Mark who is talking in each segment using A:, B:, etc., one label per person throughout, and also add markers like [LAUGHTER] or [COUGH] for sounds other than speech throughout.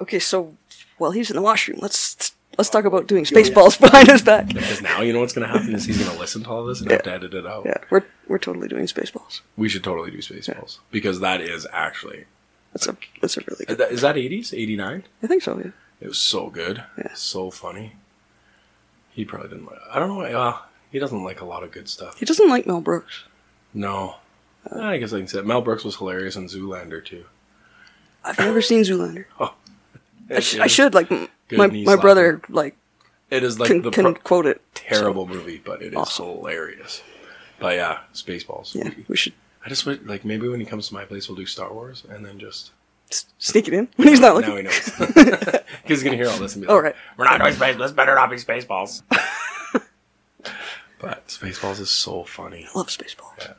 A: Okay, so while he's in the washroom, let's let's talk about doing space balls behind his back.
B: Because now you know what's going to happen is he's going to listen to all this and have to edit it out.
A: Yeah, we're we're totally doing space balls.
B: We should totally do Spaceballs because that is actually
A: That's a that's a really
B: is
A: good.
B: that- is that eighties eighty nine.
A: I think so. Yeah.
B: It was so good, so funny. He probably didn't like. I don't know. Uh, he doesn't like a lot of good stuff.
A: He doesn't like Mel Brooks.
B: No,
A: Uh.
B: I guess I can say that. Mel Brooks was hilarious in Zoolander too.
A: I've never seen Zoolander. I, sh- I
B: It is-
A: should like m-
B: Good
A: my
B: knee
A: my
B: slapper.
A: brother like
B: It is like
A: can,
B: the
A: can
B: pro-
A: quote it.
B: terrible movie, but it is
A: Awesome.
B: hilarious. But yeah, Spaceballs.
A: Yeah, we should
B: I just wish, like maybe when he comes to my place, we'll do Star Wars and then just
A: s- sneak it in when he's not
B: now
A: looking.
B: he knows [LAUGHS] because
A: [LAUGHS]
B: he's gonna hear all this and be like,
A: All right.
B: we're not doing space. This better not be Spaceballs."
A: [LAUGHS]
B: but Spaceballs is so funny.
A: Love Spaceballs.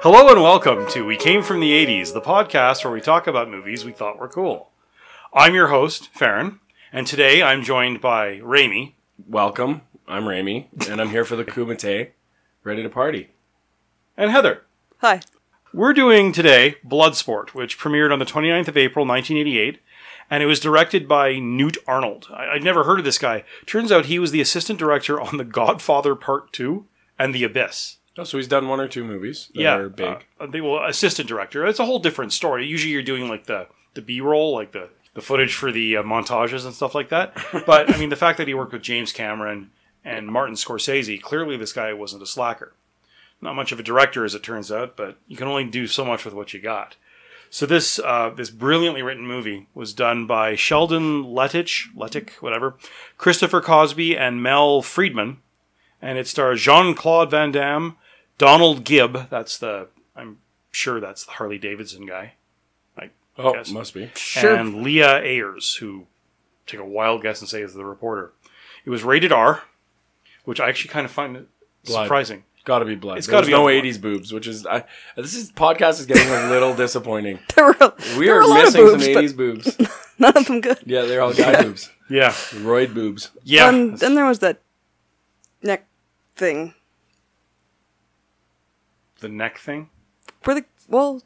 C: Hello and welcome to We Came From the 80s, the podcast where we talk about movies we thought were cool. I'm your host, Farron, and today I'm joined by Raimi.
B: Welcome, I'm Rami, and I'm here for
A: [LAUGHS]
B: the Kumite, ready to party.
C: and Heather.
A: Hi. [LAUGHS]
C: We're doing today Bloodsport, which premiered on the 29th of April 1988, and it was directed by Newt Arnold. I- I'd never heard of this guy. Turns out he was the assistant director on The Godfather Part 2 and The Abyss.
B: Oh, so he's done one or two movies that
C: yeah,
B: are big.
C: uh, they well, assistant director. It's a whole different story. Usually, you're doing like the the B roll, like the the footage for the uh, montages and stuff
B: [LAUGHS]
C: like that. But I mean, the fact that he worked with James Cameron and Martin Scorsese, clearly this guy wasn't a slacker. Not much of a director, as it turns out, but you can only do so much with what you got. So this uh, this brilliantly written movie was done by Sheldon Lettich, Lettich, whatever, Christopher Cosby, and Mel Friedman, and it stars Jean Claude Van Damme, Donald Gibb. That's the I'm sure that's the Harley Davidson guy,
A: Uh,
B: oh,
C: yes.
B: must be.
A: Sure.
C: and Leah Ayers, who take a wild guess and say is the reporter. It was rated R, which I actually kind of find it
B: Blood.
C: surprising.
B: Got to be blood.
C: It's
B: It's got
C: gotta
B: to
C: be
B: be no
C: on-
B: '80s boobs, which is I, this is podcast is getting
A: [LAUGHS]
B: a little disappointing.
A: there were a,
B: We
A: there
B: are
A: were a lot of
B: missing
A: boobs,
B: some
A: but
B: '80s boobs.
A: none of them good.
B: Yeah, they're
A: [LAUGHS]
B: all guy boobs,
C: Yeah,
B: roid boobs.
C: yeah.
A: And Um, then there was that neck thing
C: the neck thing.
A: where the well,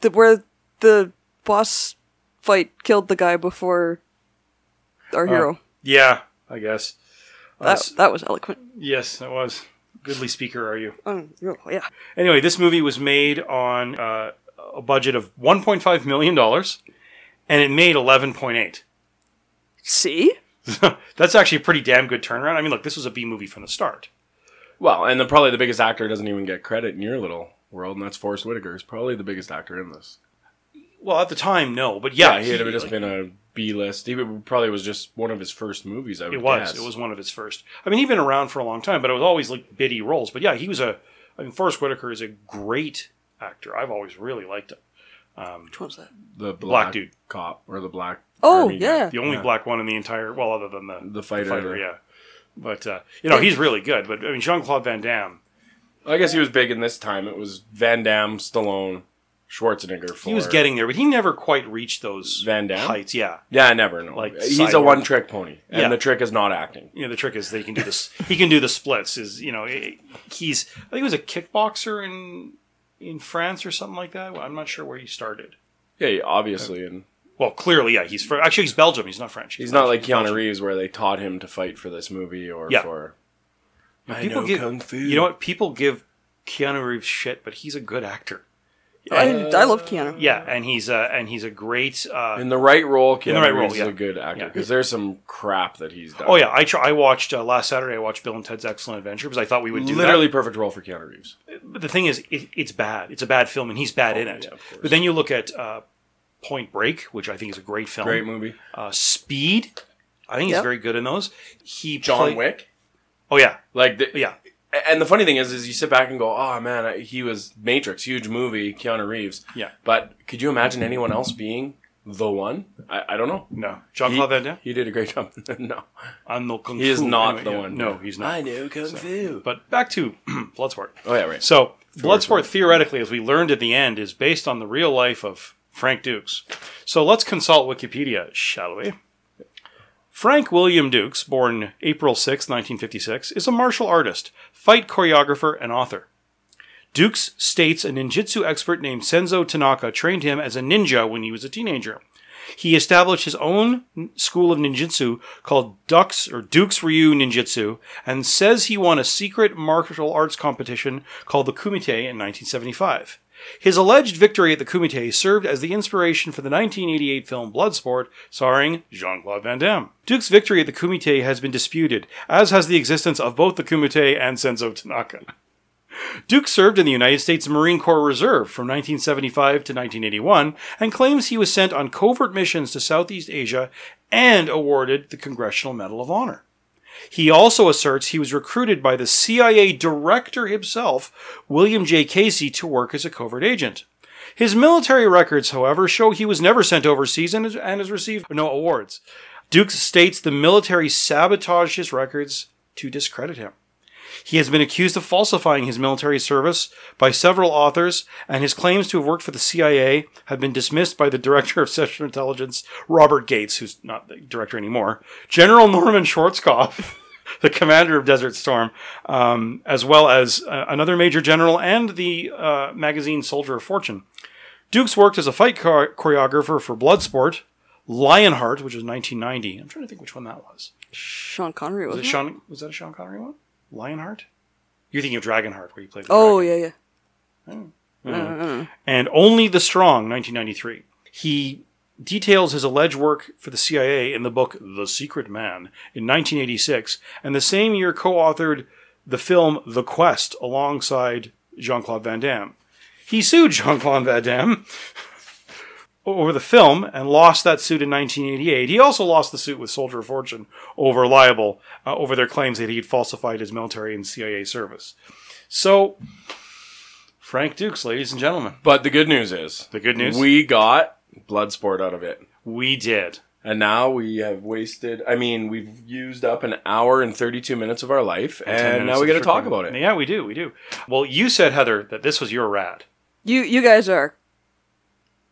A: the where the boss fight killed the guy before our hero.
C: Yeah, I guess. Uh,
A: That,
C: s-
A: that was eloquent.
C: yes, it was. Goodly speaker, are you?
A: Um, oh, yeah.
C: Anyway, this movie was made on uh, a budget of 1.5 million dollars, and it made 11.8.
A: See?
C: That's actually a pretty damn good turnaround. I mean, look, this was a B movie from the start.
B: Well, and the, probably the biggest actor doesn't even get credit in your little world, and that's Forrest Whitaker. Is probably the biggest actor in this.
C: Well, at the time, no, but yeah,
B: he had
C: he-
B: just
C: like,
B: been a B list. He would- probably was just one of his first movies. I would
C: It was.
B: guess.
C: It was one of his first. I mean, he'd been around for a long time, but it was always like bitty roles. But yeah, he was a. I mean, Forrest Whitaker is a great actor. I've always really liked him.
A: Which one was that?
B: the black,
C: dude.
B: cop or the black.
A: Oh,
B: army guy.
A: yeah.
C: The only
B: Yeah.
C: black one in the entire. Well, other than the
B: the fighter.
C: fighter, yeah. But uh, you know, he's really good. But I mean, Jean Claude Van Damme.
B: I guess he was big in this time. It was Van Damme, Stallone, Schwarzenegger. For,
C: He was getting there, but he never quite reached those
B: Van Damme?
C: heights. Yeah,
B: yeah, I never know.
C: Like,
B: Like he's a
C: cyborg.
B: one trick pony, and
C: Yeah.
B: the trick is not acting.
C: you know the trick is that he can do this. he can do the splits. Is you know it- he's I think he was a kickboxer in in France or something like that. Well, I'm not sure where he started.
B: Yeah, yeah, obviously, and
C: Well, clearly, yeah, he's Fr- actually he's Belgium. He's not French.
B: he's not like
C: Belgian.
B: Keanu Reeves, where they taught him to fight for this movie or
C: Yeah.
B: for.
C: people give- You know what? People give Keanu Reeves shit, but he's a good actor.
A: I, I love Keanu.
C: Yeah, and he's uh, and he's a great. Uh,
B: In the right role, Keanu
C: the right role,
B: Reeves
C: yeah.
B: is a good actor
C: Yeah.
B: because there's some crap that he's done.
C: oh yeah, I try, I watched uh, last Saturday. I watched Bill and Ted's Excellent Adventure because I thought we would do
B: literally perfect role for Keanu Reeves.
C: That. But the thing is, it, it's bad. It's a bad film, and he's bad in it.
B: Oh, yeah, of course.
C: but then you look at uh, Point Break, which I think is a great film.
B: Great movie.
C: Uh, Speed, I think
A: Yep.
C: he's very good in those. He
B: John
C: play-
B: Wick.
C: Oh yeah,
B: Like the,
C: yeah.
B: A- And the funny thing is, is you sit back and go, "Oh man, I- he was Matrix, huge movie, Keanu Reeves."
C: Yeah.
B: But could you imagine anyone else being the one? I, I don't know.
C: No, Jean
B: He,
C: Claude Van Damme.
B: he did a great job. [LAUGHS] no,
C: I'm no kung
B: he is
C: fu.
B: not
C: Anyway,
B: the
C: yeah.
B: one.
C: No, he's not.
B: I know kung fu.
C: But back to [CLEARS THROAT] Bloodsport.
B: oh yeah, right.
C: So Bloodsport theoretically, as we learned at the end, is based on the real life of Frank Dukes. So let's consult Wikipedia, shall we? Frank William Dukes, born April 6, 1956, is a martial artist, fight choreographer, and author. Dukes states a ninjutsu expert named Senzo Tanaka trained him as a ninja when he was a teenager. He established his own n- school of ninjutsu called Dux or Dukes Ryu Ninjutsu and says he won a secret martial arts competition called the Kumite in 1975. His alleged victory at the Kumite served as the inspiration for the 1988 film Bloodsport, starring Jean Claude Van Damme. Duke's victory at the Kumite has been disputed, as has the existence of both the Kumite and Senzo Tanaka. Duke served in the United States Marine Corps Reserve from 1975 to 1981 and claims he was sent on covert missions to Southeast Asia and awarded the Congressional Medal of Honor. He also asserts he was recruited by the CIA director himself, William J. Casey, to work as a covert agent. His military records, however, show he was never sent overseas and, and has received no awards. Dukes states the military sabotaged his records to discredit him. He has been accused of falsifying his military service by several authors, and his claims to have worked for the CIA have been dismissed by the director of Sexual Intelligence, Robert Gates, who's not the director anymore, General Norman Schwarzkopf, [LAUGHS] the commander of Desert Storm, um, as well as uh, another major general and the uh, magazine Soldier of Fortune. Dukes worked as a fight chor- choreographer for Bloodsport, Lionheart, which was 1990. I'm trying to think which one that was.
A: Sean Connery
C: Was
A: was.
C: it Sean? Was that a Sean Connery one? Lionheart? You're thinking of Dragonheart, where you played. the
A: Oh
C: dragon.
A: yeah, yeah.
C: And only the strong, 1993. He details his alleged work for the CIA in the book The Secret Man in 1986, and the same year co-authored the film The Quest alongside Jean-Claude Van Damme. He sued Jean-Claude Van Damme [LAUGHS] over the film and lost that suit in 1988. He also lost the suit with Soldier of Fortune over libel uh, over their claims that he had falsified his military and CIA service. So, Frank Dukes, ladies and gentlemen,
B: But the good news is
C: The good news?
B: we got Bloodsport out of it,
C: we did.
B: and now we have wasted. I mean, we've used up an hour and thirty-two minutes of our life, and now we got to talk about it.
C: Yeah, we do. We do. Well, you said Heather that this was your rad.
A: You you guys are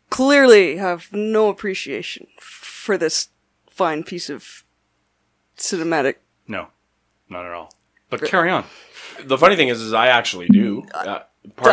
A: clearly have no appreciation f- for this fine piece of cinematic.
C: No, not at all. But carry on.
B: The funny thing is, is I actually do uh, part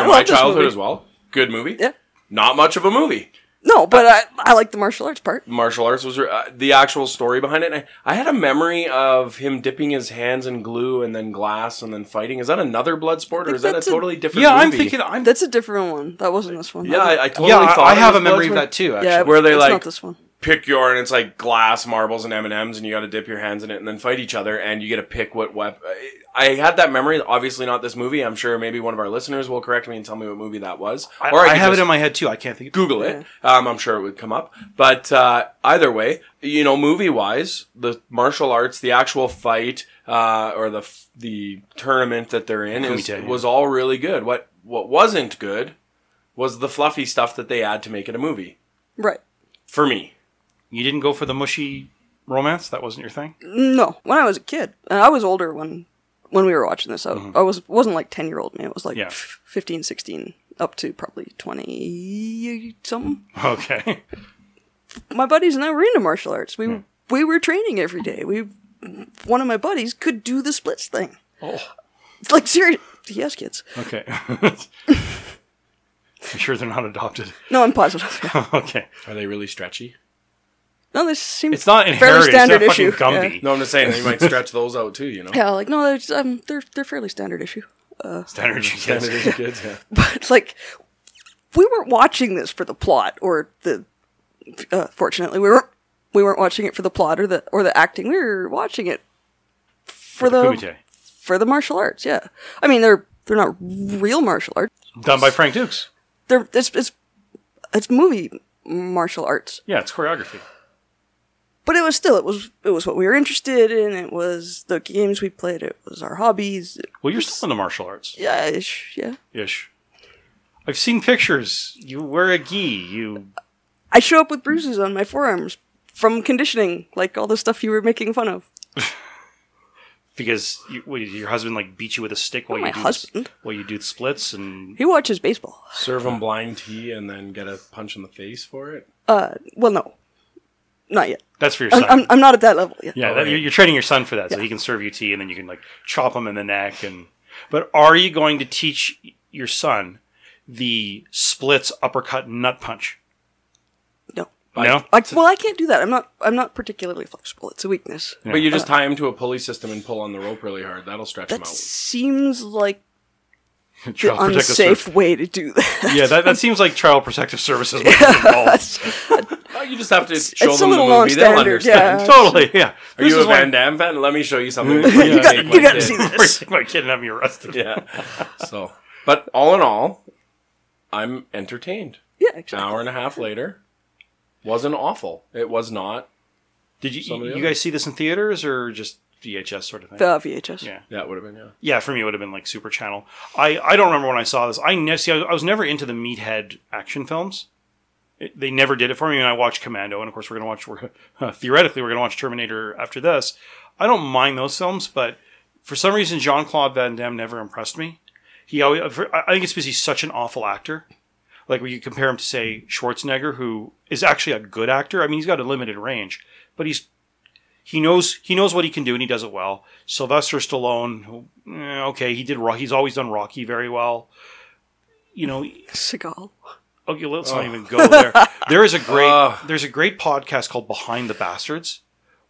A: I love
B: of my
A: Mm. this
B: childhood
A: movie.
B: as well. Good movie.
A: Yeah.
B: Not much of a movie.
A: No, but I I like the martial arts part.
B: martial arts was uh, the actual story behind it. And I, I had a memory of him dipping his hands in glue and then glass and then fighting. Is that another blood sport or is that a
A: that's a-
B: totally different?
C: Yeah, I'm
B: movie?
C: thinking. I'm.
A: That's a different one. That wasn't this one.
B: Yeah, I, I totally
C: yeah, I-
B: thought
C: I
B: it
C: have
B: was
C: a memory of
B: Bloodsport.
C: that too. Actually.
A: yeah.
B: where they,
A: it's
B: like-
A: not this one.
B: Pick your and it's like glass, marbles, and M and M's, and you got to dip your hands in it and then fight each other, and you get to pick what weapon. I had that memory. Obviously, not this movie. I'm sure maybe one of our listeners will correct me and tell me what movie that was.
C: I,
B: Or
C: I
B: could
C: have
B: just-
C: it in my head too. I can't think.
B: Google it. Um, I'm sure it would come up. But uh, either way, you know, movie wise, the martial arts, the actual fight, uh, or the f- the tournament that they're in is,
C: Kumite, yeah.
B: was all really good. What what wasn't good was the fluffy stuff that they add to make it a movie.
A: Right.
B: For me,
C: You didn't go for the mushy romance. That wasn't your thing.
A: No, when I was a kid, and I was older when when we were watching this. I, I was wasn't like ten year old me. It was like
C: Mm-hmm. Yeah.
A: f- 15, 16, up to probably twenty something.
C: Okay.
A: My buddies and I were into martial arts. We
C: Mm.
A: we were training every day. We one of my buddies could do the splits thing.
C: Oh.
A: It's like serious. Yes, kids.
C: [LAUGHS] [LAUGHS] Okay. I'm sure they're not adopted. [LAUGHS]
A: No, I'm positive.
C: okay.
B: are they really stretchy?
A: no, this seems
C: It's not
A: fairly
C: inherited.
A: standard
C: it's not
A: issue.
C: fucking Gumby.
B: No, I'm just saying they might stretch those out too. You know, [LAUGHS]
A: Yeah. yeah, like no, they're, um, they're they're fairly standard issue.
C: Standard issue kids.
B: Standard issue kids, yeah.
A: It's [LAUGHS] like we weren't watching this for the plot or the uh, fortunately we weren't we weren't watching it for the plot or the or the acting we were watching it for, the,
C: Kumite.
A: for the martial arts yeah i mean they're they're not real martial arts
C: Done by Frank Dukes.
A: they're it's it's, it's movie martial arts
C: Yeah, it's choreography.
A: But it was still it was it was what we were interested in. It was the games we played. It was our hobbies. It-
C: Well, you're still into martial arts
A: yeah, ish, yeah.
C: ish. I've seen pictures. You wear a gi. You
A: I show up with bruises on my forearms from conditioning, like all the stuff you were making fun of.
C: because you, what, your husband like beat you with a stick while
A: Not
C: you
A: my
C: do
A: husband.
C: The, while you do the splits and
A: He watches baseball.
B: Serve him blind tea and then get a punch in the face for it.
A: Uh, well, no, not yet.
C: that's for your son.
A: I'm, I'm, I'm not at that level yet.
C: yeah,
B: Oh,
C: that,
B: yeah.
C: you're, you're training your son for that, so he can serve you tea, and then you can like chop him in the neck. And but are you going to teach your son the splits, uppercut, nut punch?
A: No.
C: no,
A: Like, well, I can't do that. I'm not. I'm not particularly flexible. It's a weakness.
C: Yeah.
B: But you just tie him to a pulley system and pull on the rope really hard. That'll stretch him
A: That
B: out.
A: seems like the
C: Child Protective
A: unsafe [LAUGHS]
C: Service-
A: way to do that.
C: Yeah, that, that seems like child protective services. might be involved.
B: Oh, you just have to show
A: it's a
B: them the
A: little
B: movie. They'll
A: non-standard,
B: understand.
A: yeah.
C: totally. Yeah.
B: Are you a Van Damme fan? Let me show you something. that
C: You
B: would
C: got-
A: [LAUGHS]
B: make
A: you
B: my
A: gotta
B: kid-
A: see
C: We're taking my kid and having you
B: [LAUGHS]
C: arrested.
B: Yeah. So, but all in all, I'm entertained.
A: [LAUGHS] yeah,
B: An
A: exactly.
B: hour and a half later, wasn't awful. It was not.
C: Did you
B: Some of the
C: you
B: others.
C: guys see this in theaters or just VHS sort of thing?
A: The VHS.
C: Yeah.
B: That would have been yeah.
C: yeah, for me it would have been like Super Channel. I I don't remember when I saw this. I ne- see, I was- I was never into the meathead action films. It- they never did it for me. And I watched Commando, and of course we're gonna watch. We're, [LAUGHS] theoretically, we're gonna watch Terminator after this. I don't mind those films, but for some reason, Jean Claude Van Damme never impressed me. He always, uh, I I think it's because he's such an awful actor. Like when you compare him to say Schwarzenegger, who is actually a good actor. I mean, he's got a limited range, but he's he knows he knows what he can do and he does it well. Sylvester Stallone, who, eh, okay, he did. Ro- He's always done Rocky very well. You know,
A: Seagal.
C: okay, let's not even go there. There is a great
B: Ugh.
C: there's a great podcast called Behind the Bastards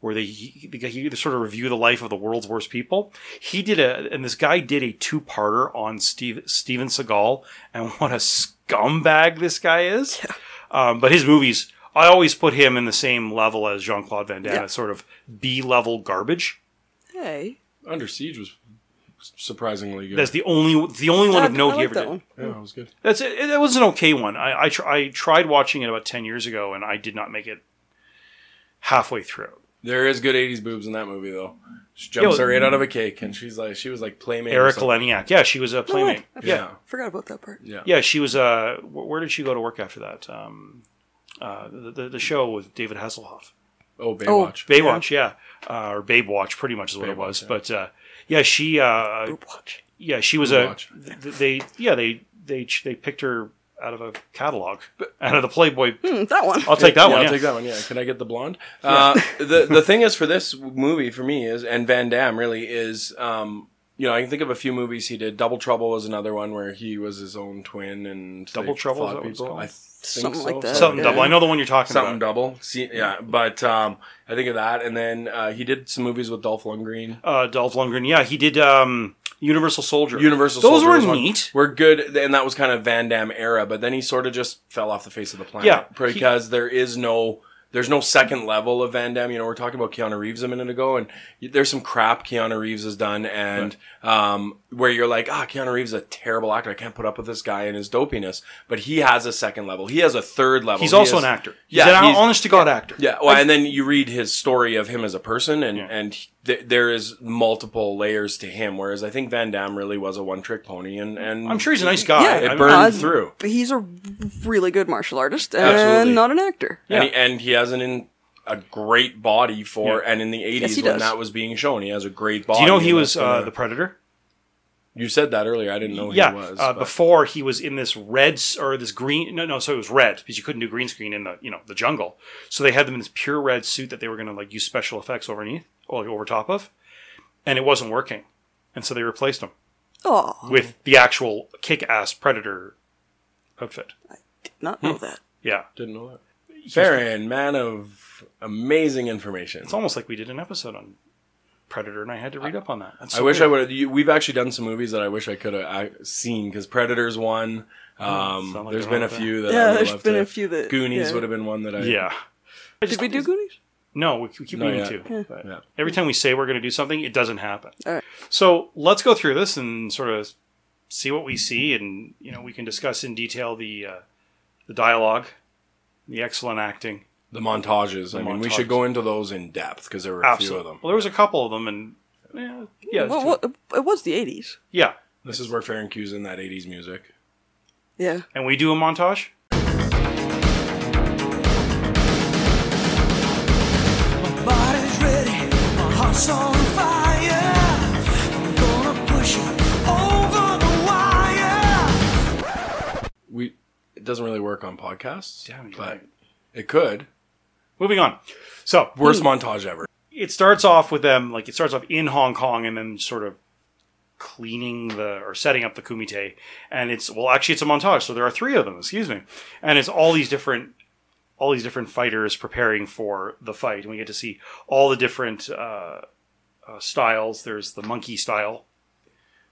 C: where they he, he sort of review the life of the world's worst people. He did a and this guy did a two parter on Steve Steven Seagal and what a scumbag this guy is. Um, but his movies, I always put him in the same level as Jean Claude Van Damme,
A: Yeah.
C: as sort of B level garbage.
A: Hey,
B: Under Siege was surprisingly good.
C: That's the only the only one
A: I-
C: of note
A: Uh, I
C: he
A: like
C: ever
A: that
C: did.
A: one.
B: yeah, it was good.
C: That's it. That was an okay one. I I, tr- I tried watching it about ten years ago, and I did not make it halfway through.
B: There is good '80s boobs in that movie though. She jumps
C: Yo-
B: her right out of a cake, and she's like, she was like playmate. or
C: Eric
B: something.
C: Leniak, yeah, she was a playmate.
A: way.
C: yeah.
B: Yeah.
A: Forgot about that part.
B: Yeah.
C: yeah, she was. Uh, wh- where did she go to work after that? Um, uh, the, the the show with David Hasselhoff,
B: Oh, Baywatch.
C: Baywatch, yeah, Uh, or Babe Watch, pretty much is what it was. But uh, yeah, she uh,
A: Group watch.
C: Yeah, she was
B: Who
C: a.
B: watch?
C: th- th- They yeah they they ch- they picked her out of a catalog out of the Playboy.
A: Hmm, that one.
C: I'll take that
B: Yeah,
C: one.
B: I'll
C: yeah.
B: take that one. Yeah. Can I get the blonde? Uh, the the thing is for this movie for me is and Van Damme really is um, you know I can think of a few movies he did. Double Trouble was another one where he was his own twin and
C: Double
B: they
C: Trouble,
B: fought
C: is that what it's called?
B: I think
A: Something
B: so.
A: like that.
C: Something
A: Yeah.
C: double. I know the one you're talking
B: Something
C: about.
B: double, See, yeah. But um, I think of that, and then uh, he did some movies with Dolph Lundgren.
C: Uh, Dolph Lundgren. Yeah, he did um, Universal Soldier.
B: Universal.
C: Those
B: Soldier was
C: were
B: one-
C: neat.
B: Were good, and that was kind of Van Damme era. But then he sort of just fell off the face of the planet.
C: Yeah, he-
B: because there is no. There's no second level of Van Damme. You know, we are talking about Keanu Reeves a minute ago, and y- there's some crap Keanu Reeves has done, and um, where you're like, ah, Keanu Reeves is a terrible actor. I can't put up with this guy and his dopiness. But he has a second level. He has a third level.
C: He's
B: He
C: also
B: is-
C: an actor.
B: Yeah,
C: he's an
B: he's-
C: honest to god actor.
B: yeah, well, and then you read his story of him as a person, and
C: Yeah.
B: and he- th- there is multiple layers to him. Whereas I think Van Damme really was a one trick pony, and and
C: Mm. I'm sure he's a nice guy.
A: Yeah.
C: I
B: it
C: mean,
B: burned
A: Uh,
B: through.
A: But he's a really good martial artist and
B: Absolutely.
A: not an actor.
B: And, he, and he has an in, a great body for,
C: Yeah.
B: and in the '80s
A: he
B: when
A: does.
B: that was being shown, he has a great body.
C: Do you know
B: and
C: he was
B: that's
C: uh,
B: gonna-
C: the Predator?
B: you said that earlier. I didn't know
C: yeah,
B: Oh, he was.
C: uh,
B: but-
C: before he was in this red s- or this green. No, no, so it was red because you couldn't do green screen in the you know the jungle. So they had them in this pure red suit that they were going to like use special effects underneath or like, over top of, and it wasn't working, and so they replaced him
A: Oh,
C: with the actual kick-ass predator outfit.
A: did not
B: Hmm.
A: know that.
C: Yeah,
B: didn't know that.
C: was-
B: Farron, man of amazing information.
C: it's almost like we did an episode on predator, and I had to read up on that. That's
B: I
C: so
B: wish I
C: weird.
B: would have. We've actually done some movies that I wish I could have seen because Predators one. Um,
C: Mm, sound like
B: there's
C: I
B: been a
C: wrote that.
B: few that I
A: yeah,
B: would
A: there's
B: love
A: been
B: to-
A: a few that
B: Goonies
A: yeah.
B: would have been one that I
C: Yeah. I
A: Did we do Goonies?
C: No, we, we keep
B: Not
C: meaning
B: yet.
C: to. but
B: Yeah.
C: Every time we say we're going to do something, it doesn't happen.
A: All right.
C: So let's go through this and sort of see what we see, and you know we can discuss in detail the uh, the dialogue, the excellent acting,
B: the montages. I mean, we should
C: montages.
B: go into those in depth because there were a
C: Absolutely.
B: few of
C: Well,
B: them.
C: there was a couple of them, and yeah, yeah,
A: Well, well, it was the 80s.
C: yeah.
B: This is where Farron cues in that '80s music.
A: Yeah.
C: And we do a montage.
D: body's ready, my heart's on fire. I'm gonna push it over the wire.
B: We it doesn't really work on podcasts,
C: Damn, you're
B: but
C: right.
B: it could.
C: Moving on. So
B: Worst montage ever.
C: it starts off with them like it starts off in Hong Kong and then sort of cleaning the or setting up the kumite and it's well actually it's a montage so there are three of them excuse me and it's all these different all these different fighters preparing for the fight and we get to see all the different uh, uh, styles there's the monkey style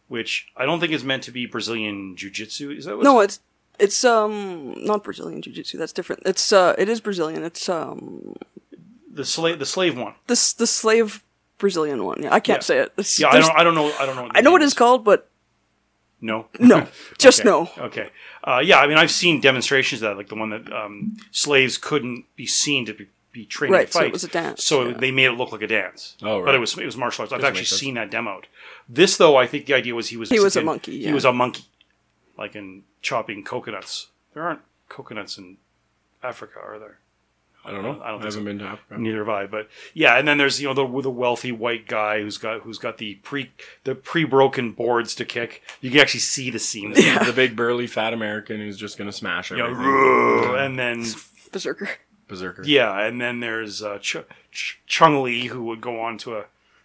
C: which I don't think is meant to be Brazilian jiu-jitsu is that what
A: No, it's it's um not Brazilian jiu-jitsu. That's different. It's uh it is Brazilian. It's um
C: the slave the slave one
A: the s- the slave Brazilian one. Yeah, I can't
C: Yeah.
A: say it. It's-
C: yeah I
A: there's-
C: don't I don't know I don't know what the
A: I know
C: name
A: what it's called, but
C: no
A: no, just
C: Okay.
A: no.
C: Okay. Uh, yeah, I mean, I've seen demonstrations of that, like the one that um, slaves couldn't be seen to be, be trained
A: Right,
C: to
A: so
C: fight.
A: it was a dance,
C: So they made it look like a dance.
B: Oh,
C: But
B: right.
C: it was it was martial arts. I've actually
B: makes sense.
C: seen that demoed. This though, I think the idea was he was
A: He was a
C: freaking-
A: monkey, yeah.
C: He was a monkey, like in chopping coconuts. There aren't coconuts in Africa, are there?
B: I don't know.
C: I
B: I,
C: don't
B: haven't
C: think so.
B: been to Africa.
C: Neither have I, but yeah. And then there's you know the the wealthy white guy who's got who's got the pre the pre broken boards to kick. You can actually see the seams.
B: The big burly fat American who's just gonna smash
C: You know,
B: everything.
C: and then
A: Berserker.
B: Berserker.
C: Yeah, and then there's uh, Ch- Ch- Chung Li, who would go on to a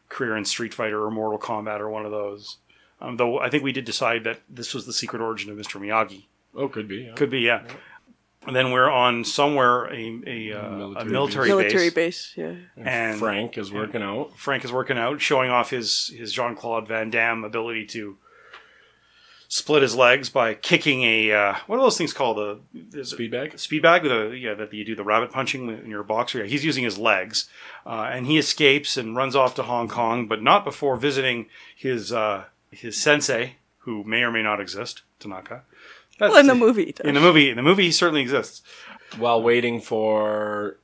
C: career in Street Fighter or Mortal Kombat or one of those. Um, though I think we did decide that this was the secret origin of Mr. Miyagi.
B: Oh, could be. Yeah.
C: Could be, yeah. And then we're on somewhere a, a, uh, a
B: Military
C: military, base,
A: Military base. Yeah.
C: and Frank.
B: Frank is working out.
C: Frank is working out, showing off his his Jean Claude Van Damme ability to split his legs by kicking a uh, what are those things called the there's a-
B: Speed bag.
C: speed bag with a yeah that you do the rabbit punching when you're a boxer. Yeah, he's using his legs, uh, and he escapes and runs off to Hong Kong, but not before visiting his uh, his sensei, who may or may not exist, Tanaka. That's,
A: Well, in the movie. it does.
C: in the movie, in the movie, he certainly exists.
B: While waiting for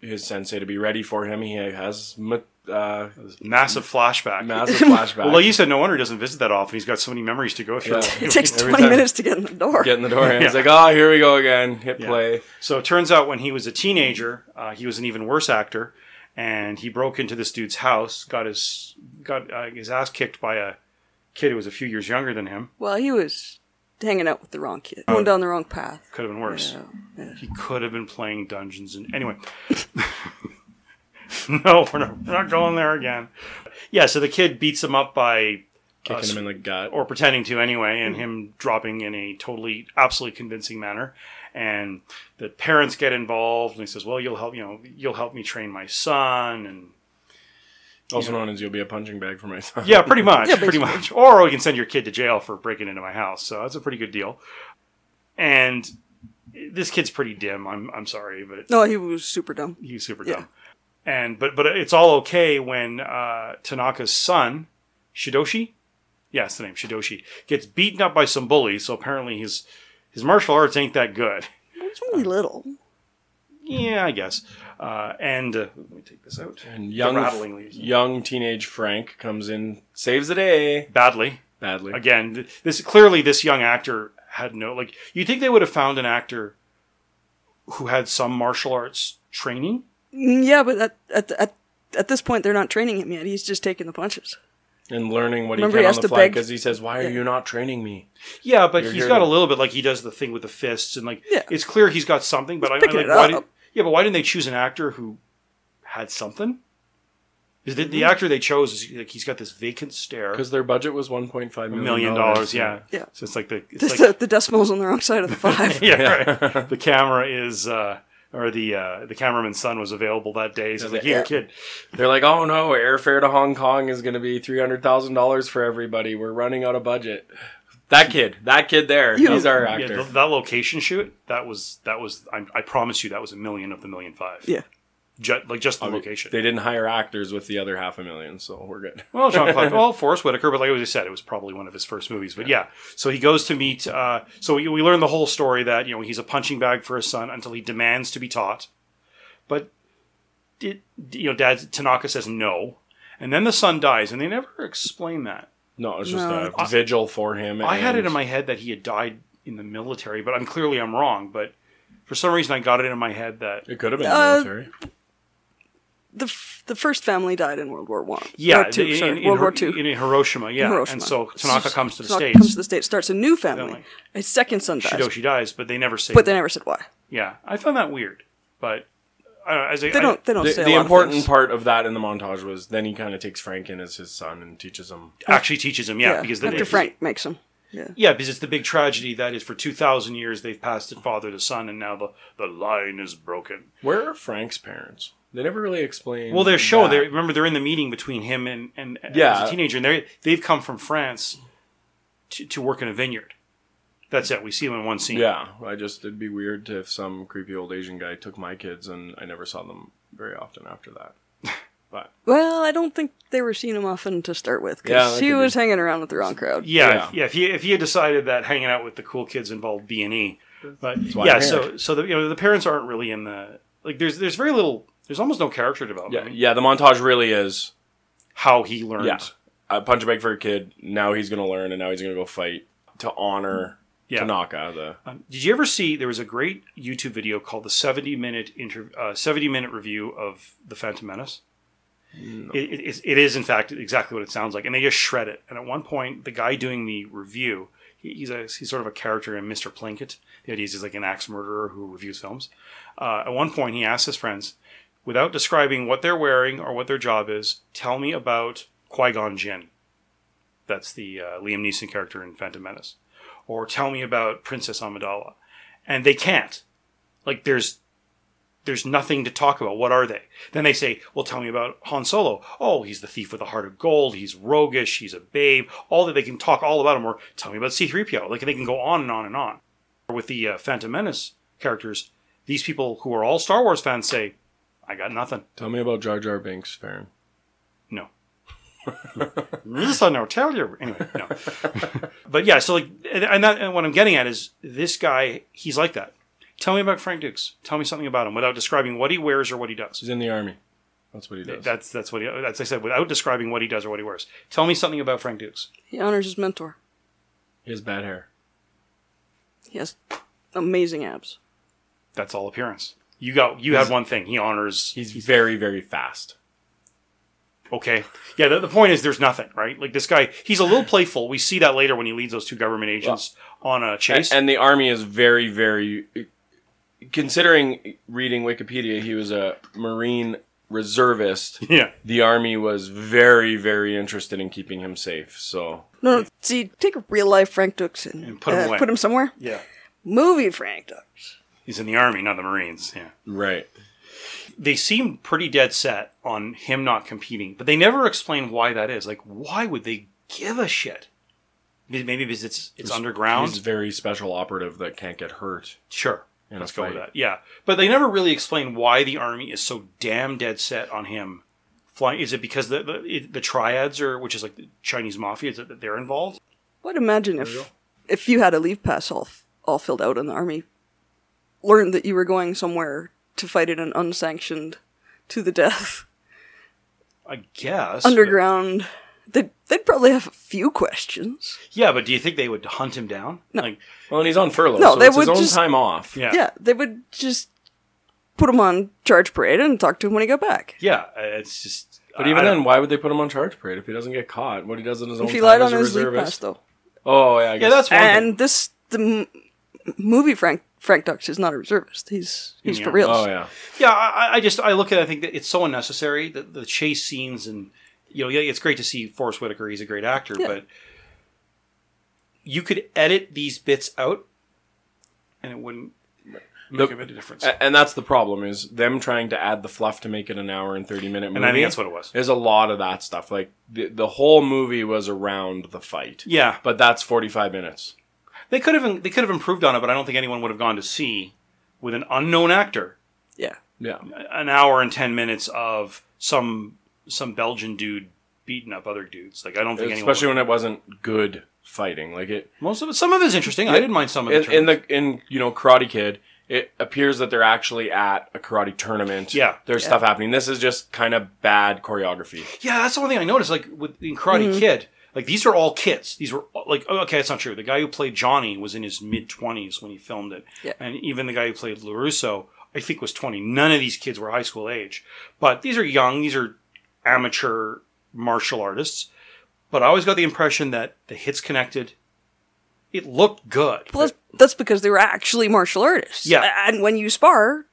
B: his sensei to be ready for him, he has ma- uh,
C: Massive [LAUGHS] flashback.
B: massive flashback.
C: well, like you said, no wonder he doesn't visit that often. He's got so many memories to go through.
B: Yeah.
A: [LAUGHS] It takes
B: Every
A: 20
B: time-
A: minutes to get in the door.
B: Get in the door,
C: [LAUGHS]
B: and he's
C: Yeah.
B: like, "Oh, here we go again. Hit play."
C: So it turns out when he was a teenager, uh, he was an even worse actor, and he broke into this dude's house, got his got uh, his ass kicked by a kid who was a few years younger than him.
A: Well, he was hanging out with the wrong kid,
C: Oh.
A: going down the wrong path.
C: Could have been worse.
A: Yeah.
C: He could have been playing Dungeons and anyway. [LAUGHS] no, we're not, we're not going there again. Yeah, so the kid beats him up by
B: Kicking
C: Us.
B: him in the gut.
C: or pretending to anyway, and him dropping in a totally, absolutely convincing manner. And the parents get involved, and he says, "Well, you'll help, you know, you'll help me train my son." And
B: also known as "You'll be a punching bag for my son."
C: yeah, pretty much,
A: Yeah,
C: pretty much. Or we can send your kid to jail for breaking into my house. So that's a pretty good deal. And this kid's pretty dim. I'm, I'm sorry, but
A: No, he was super dumb.
C: he's super
A: Yeah.
C: dumb. And but but it's all okay when uh, Tanaka's son, Shidoshi, yeah, that's the name Shidoshi, gets beaten up by some bullies. So apparently his his martial arts ain't that good.
A: He's only little.
C: Yeah, I guess. Uh, and uh, let me take this out.
B: And young,
C: The rattling leaves.
B: young teenage Frank comes in, saves the day
C: Badly
B: badly.
C: again. th- This clearly this young actor had no like. You think they would have found an actor who had some martial arts training?
A: Mm, Yeah, but at, at, at, at this point, they're not training him yet. He's just taking the punches.
B: And learning what he
A: Remember
B: can
A: he
B: on
A: has
B: the
A: to
B: fly
A: beg-
B: because he says, "Why are you not training me?"
C: Yeah, but
B: You're
C: he's
B: here
C: got
B: to-
C: a little bit like he does the thing with the fists and like
A: Yeah.
C: it's clear he's got something. But I, I
A: picking
C: like
A: it
C: why
A: up.
C: did, yeah, but why didn't they choose an actor who had something? Is that the actor they chose is like he's got this vacant stare,
B: Because their budget was 1.5 million,
C: million dollars, yeah,
A: Yeah.
C: So it's like the
A: Just
C: it's like,
A: the, the decimal's on the wrong side of the five.
C: [LAUGHS] yeah, right. the camera is. uh or the uh, the cameraman's son was available that day. So it's like,
B: the
C: here,
B: air-
C: kid,
B: They're like, "Oh no, airfare to Hong Kong is going to be three hundred thousand dollars for everybody. We're running out of budget." That kid, that kid there,
A: You-
B: he's our
C: yeah,
B: actor.
C: th- that location shoot, that was that was. I, I promise you, that was a million of the million five.
A: Yeah.
C: Ju- like just the location.
B: They didn't hire actors with the other half a million, so we're good.
C: Well, John Clark. well, Forrest Whitaker, but like I just said, it was probably one of his first movies. But yeah, so he goes to meet. Uh, so we, we learn the whole story that you know he's a punching bag for his son until he demands to be taught. But it, you know, Dad Tanaka says no, and then the son dies, and they never explain that.
B: No, it's just
A: No.
B: a vigil for him.
C: I had it
B: and-
C: in my head that he had died in the military, but I'm clearly I'm wrong. But for some reason, I got it in my head that
B: It could have been
A: Uh,
B: military.
A: the f- the first family died in World War One.
C: yeah,
A: War Two,
C: in,
A: sorry,
C: in- in
A: World
C: Hir-
A: War Two.
C: in, Hiroshima, yeah.
A: Hiroshima.
C: And so Tanaka comes to the
A: Tanaka
C: states.
A: Comes to the states, starts a new family.
C: Family.
A: His second son dies,
C: Shidoshi dies, but they never say.
A: but they never said why.
C: yeah, I found that weird, but I don't know, as I,
A: They don't. They don't
B: The,
A: say a
B: the
A: lot of
B: important
A: things.
B: part of that in the montage was then he kind of takes Frank in as his son and teaches him.
C: I actually teaches him. Yeah, because the,
A: after Frank makes him. Yeah.
C: Yeah, because it's the big tragedy that is for two thousand years they've passed it father to son, and now the the line is broken.
B: Where are Frank's parents? They never really explain.
C: Well, their show.
B: that.
C: They remember they're in the meeting between him and and
B: Yeah.
C: as a teenager, and they they've come from France to, to work in a vineyard. That's it. We see them in one scene.
B: Yeah, I just it'd be weird if some creepy old Asian guy took my kids and I never saw them very often after that. But
A: Well, I don't think they were seeing him often to start with
B: Yeah,
A: because
B: that
A: he
B: could
A: was hanging around with the wrong crowd.
C: Yeah,
B: Yeah.
C: If, yeah. If he if he had decided that hanging out with the cool kids involved B and E, but
B: why
C: yeah,
B: I'm
C: so so the you know the parents aren't really in the like. There's there's very little. There's almost no character development.
B: yeah, yeah, the montage really is
C: How he learned.
B: yeah, I punch a bag for a kid. Now he's gonna learn, and now he's gonna go fight to honor
C: Yeah.
B: Tanaka. The
C: Um, did you ever see there was a great YouTube video called the 70 minute inter, uh, 70 minute review of the Phantom Menace? It, it, is- it is in fact exactly what it sounds like, and they just shred it. And at one point, the guy doing the review, he, he's a, he's sort of a character in Mr. Plinkett. The idea is he's like an axe murderer who reviews films. Uh, at one point, he asks his friends, without describing what they're wearing or what their job is, tell me about Qui Gon Jinn. That's the uh, Liam Neeson character in Phantom Menace or tell me about Princess Amidala. And they can't. Like there's there's nothing to talk about. What are they? Then they say, Well, tell me about Han Solo. Oh, he's the thief with a heart of gold, he's roguish, he's a babe. All that they can talk all about him or tell me about C3PO. Like they can go on and on and on. With the uh, Phantom Menace characters, these people who are all Star Wars fans say, I got nothing.
B: tell me about Jar Jar Binks, Farron. [LAUGHS]
C: No. this I know. Tell you anyway. No,
B: [LAUGHS]
C: but yeah. So like, and, and that, and what I'm getting at is this guy. He's like that. Tell me about Frank Dukes. Tell me something about him without describing what he wears or what he does.
B: He's in the army. That's what he does.
C: That's that's what he. That's I said without describing what he does or what he wears. Tell me something about Frank Dukes.
A: He honors his mentor.
B: he has bad hair.
A: He has amazing abs.
C: That's all appearance. You got you had one thing. He honors.
B: He's very very fast.
C: Okay. Yeah. The, the point is, there's nothing, right? Like this guy. He's a little playful. We see that later when he leads those two government agents on a chase.
B: And the army is very, very. Considering reading Wikipedia, he was a Marine reservist.
C: [LAUGHS] yeah.
B: the army was very, very interested in keeping him safe. So
A: No, no. See, take a real life Frank Dux and,
C: And put him
A: uh,
C: away.
A: put him somewhere.
C: Yeah.
A: Movie Frank Dux.
C: He's in the army, not the Marines. Yeah.
B: right,
C: they seem pretty dead set on him not competing, but they never explain why that is. Like, why would they give a shit? Maybe maybe because it's it's underground.
B: he's a very special operative that can't get hurt.
C: sure,
B: In
C: let's
B: a
C: go with
B: fight.
C: that. Yeah, but they never really explain why the army is so damn dead set on him flying. Is it because the the, it, the triads are, which is like the Chinese mafia, is it that they're involved?
A: What imagine if if you had a leave pass all f- all filled out in the army, learned that you were going somewhere to fight in an unsanctioned, to the
B: [LAUGHS]
A: death
C: I guess but-
A: underground. They'd, they'd probably have a few questions.
C: yeah, but do you think they would hunt him down? No. Like,
B: Well, and he's on furlough,
A: No,
B: so
A: they
B: it's his
A: would
B: own
A: just-
B: time off.
C: yeah.
A: Yeah, they would just put him on charge parade and talk to him when he got back.
C: Yeah, uh, It's just.
B: But
C: I-
B: even
C: I don't-
B: then, why would they put him on charge parade if he doesn't get caught? What he does in his own
A: If he
B: time
A: lied
B: as
A: on
B: a
A: his leave pass,
B: reservist.
A: though.
B: oh yeah, I guess.
C: yeah, that's one thing.
A: And this the m- movie Frank Frank Dux is not a reservist. He's he's
C: Yeah.
A: for real.
B: Oh yeah,
C: Yeah, I, I- I just I look at it, I think that it's so unnecessary the, the chase scenes and you know yeah it's great to see Forrest Whitaker he's a great actor
A: Yeah.
C: but you could edit these bits out and it wouldn't make
B: The-
C: a bit of difference.
B: A- and that's the problem is them trying to add the fluff to make it an hour and thirty minute. Movie
C: I think that's what it was.
B: There's a lot of that stuff. Like the the whole movie was around the fight.
C: yeah, but
B: but that's forty five minutes.
C: they could have they could have improved on it, but I don't think anyone would have gone to see with an unknown actor
A: Yeah.
B: Yeah,
C: an hour and ten minutes of some some Belgian dude beating up other dudes. Like I don't think anyone.
B: especially
C: would-
B: when it wasn't good fighting. Like it
C: most of it, some of it's interesting. I didn't mind some of it.
B: in, in the in you know Karate Kid, it appears that they're actually at a karate tournament.
C: Yeah.
B: There's stuff happening. This is just kind of bad choreography.
C: Yeah, that's the one thing I noticed. Like with in Karate Kid, like these are all kids. These were like oh, okay, that's not true. The guy who played Johnny was in his mid twenties when he filmed it,
A: Yeah.
C: and even the guy who played Larusso, I think, was twenty. None of these kids were high school age, but these are young. These are amateur martial artists. But I always got the impression that the hits connected. It looked good.
A: Well, that's, that's because they were actually martial artists.
C: Yeah.
A: And when you spar,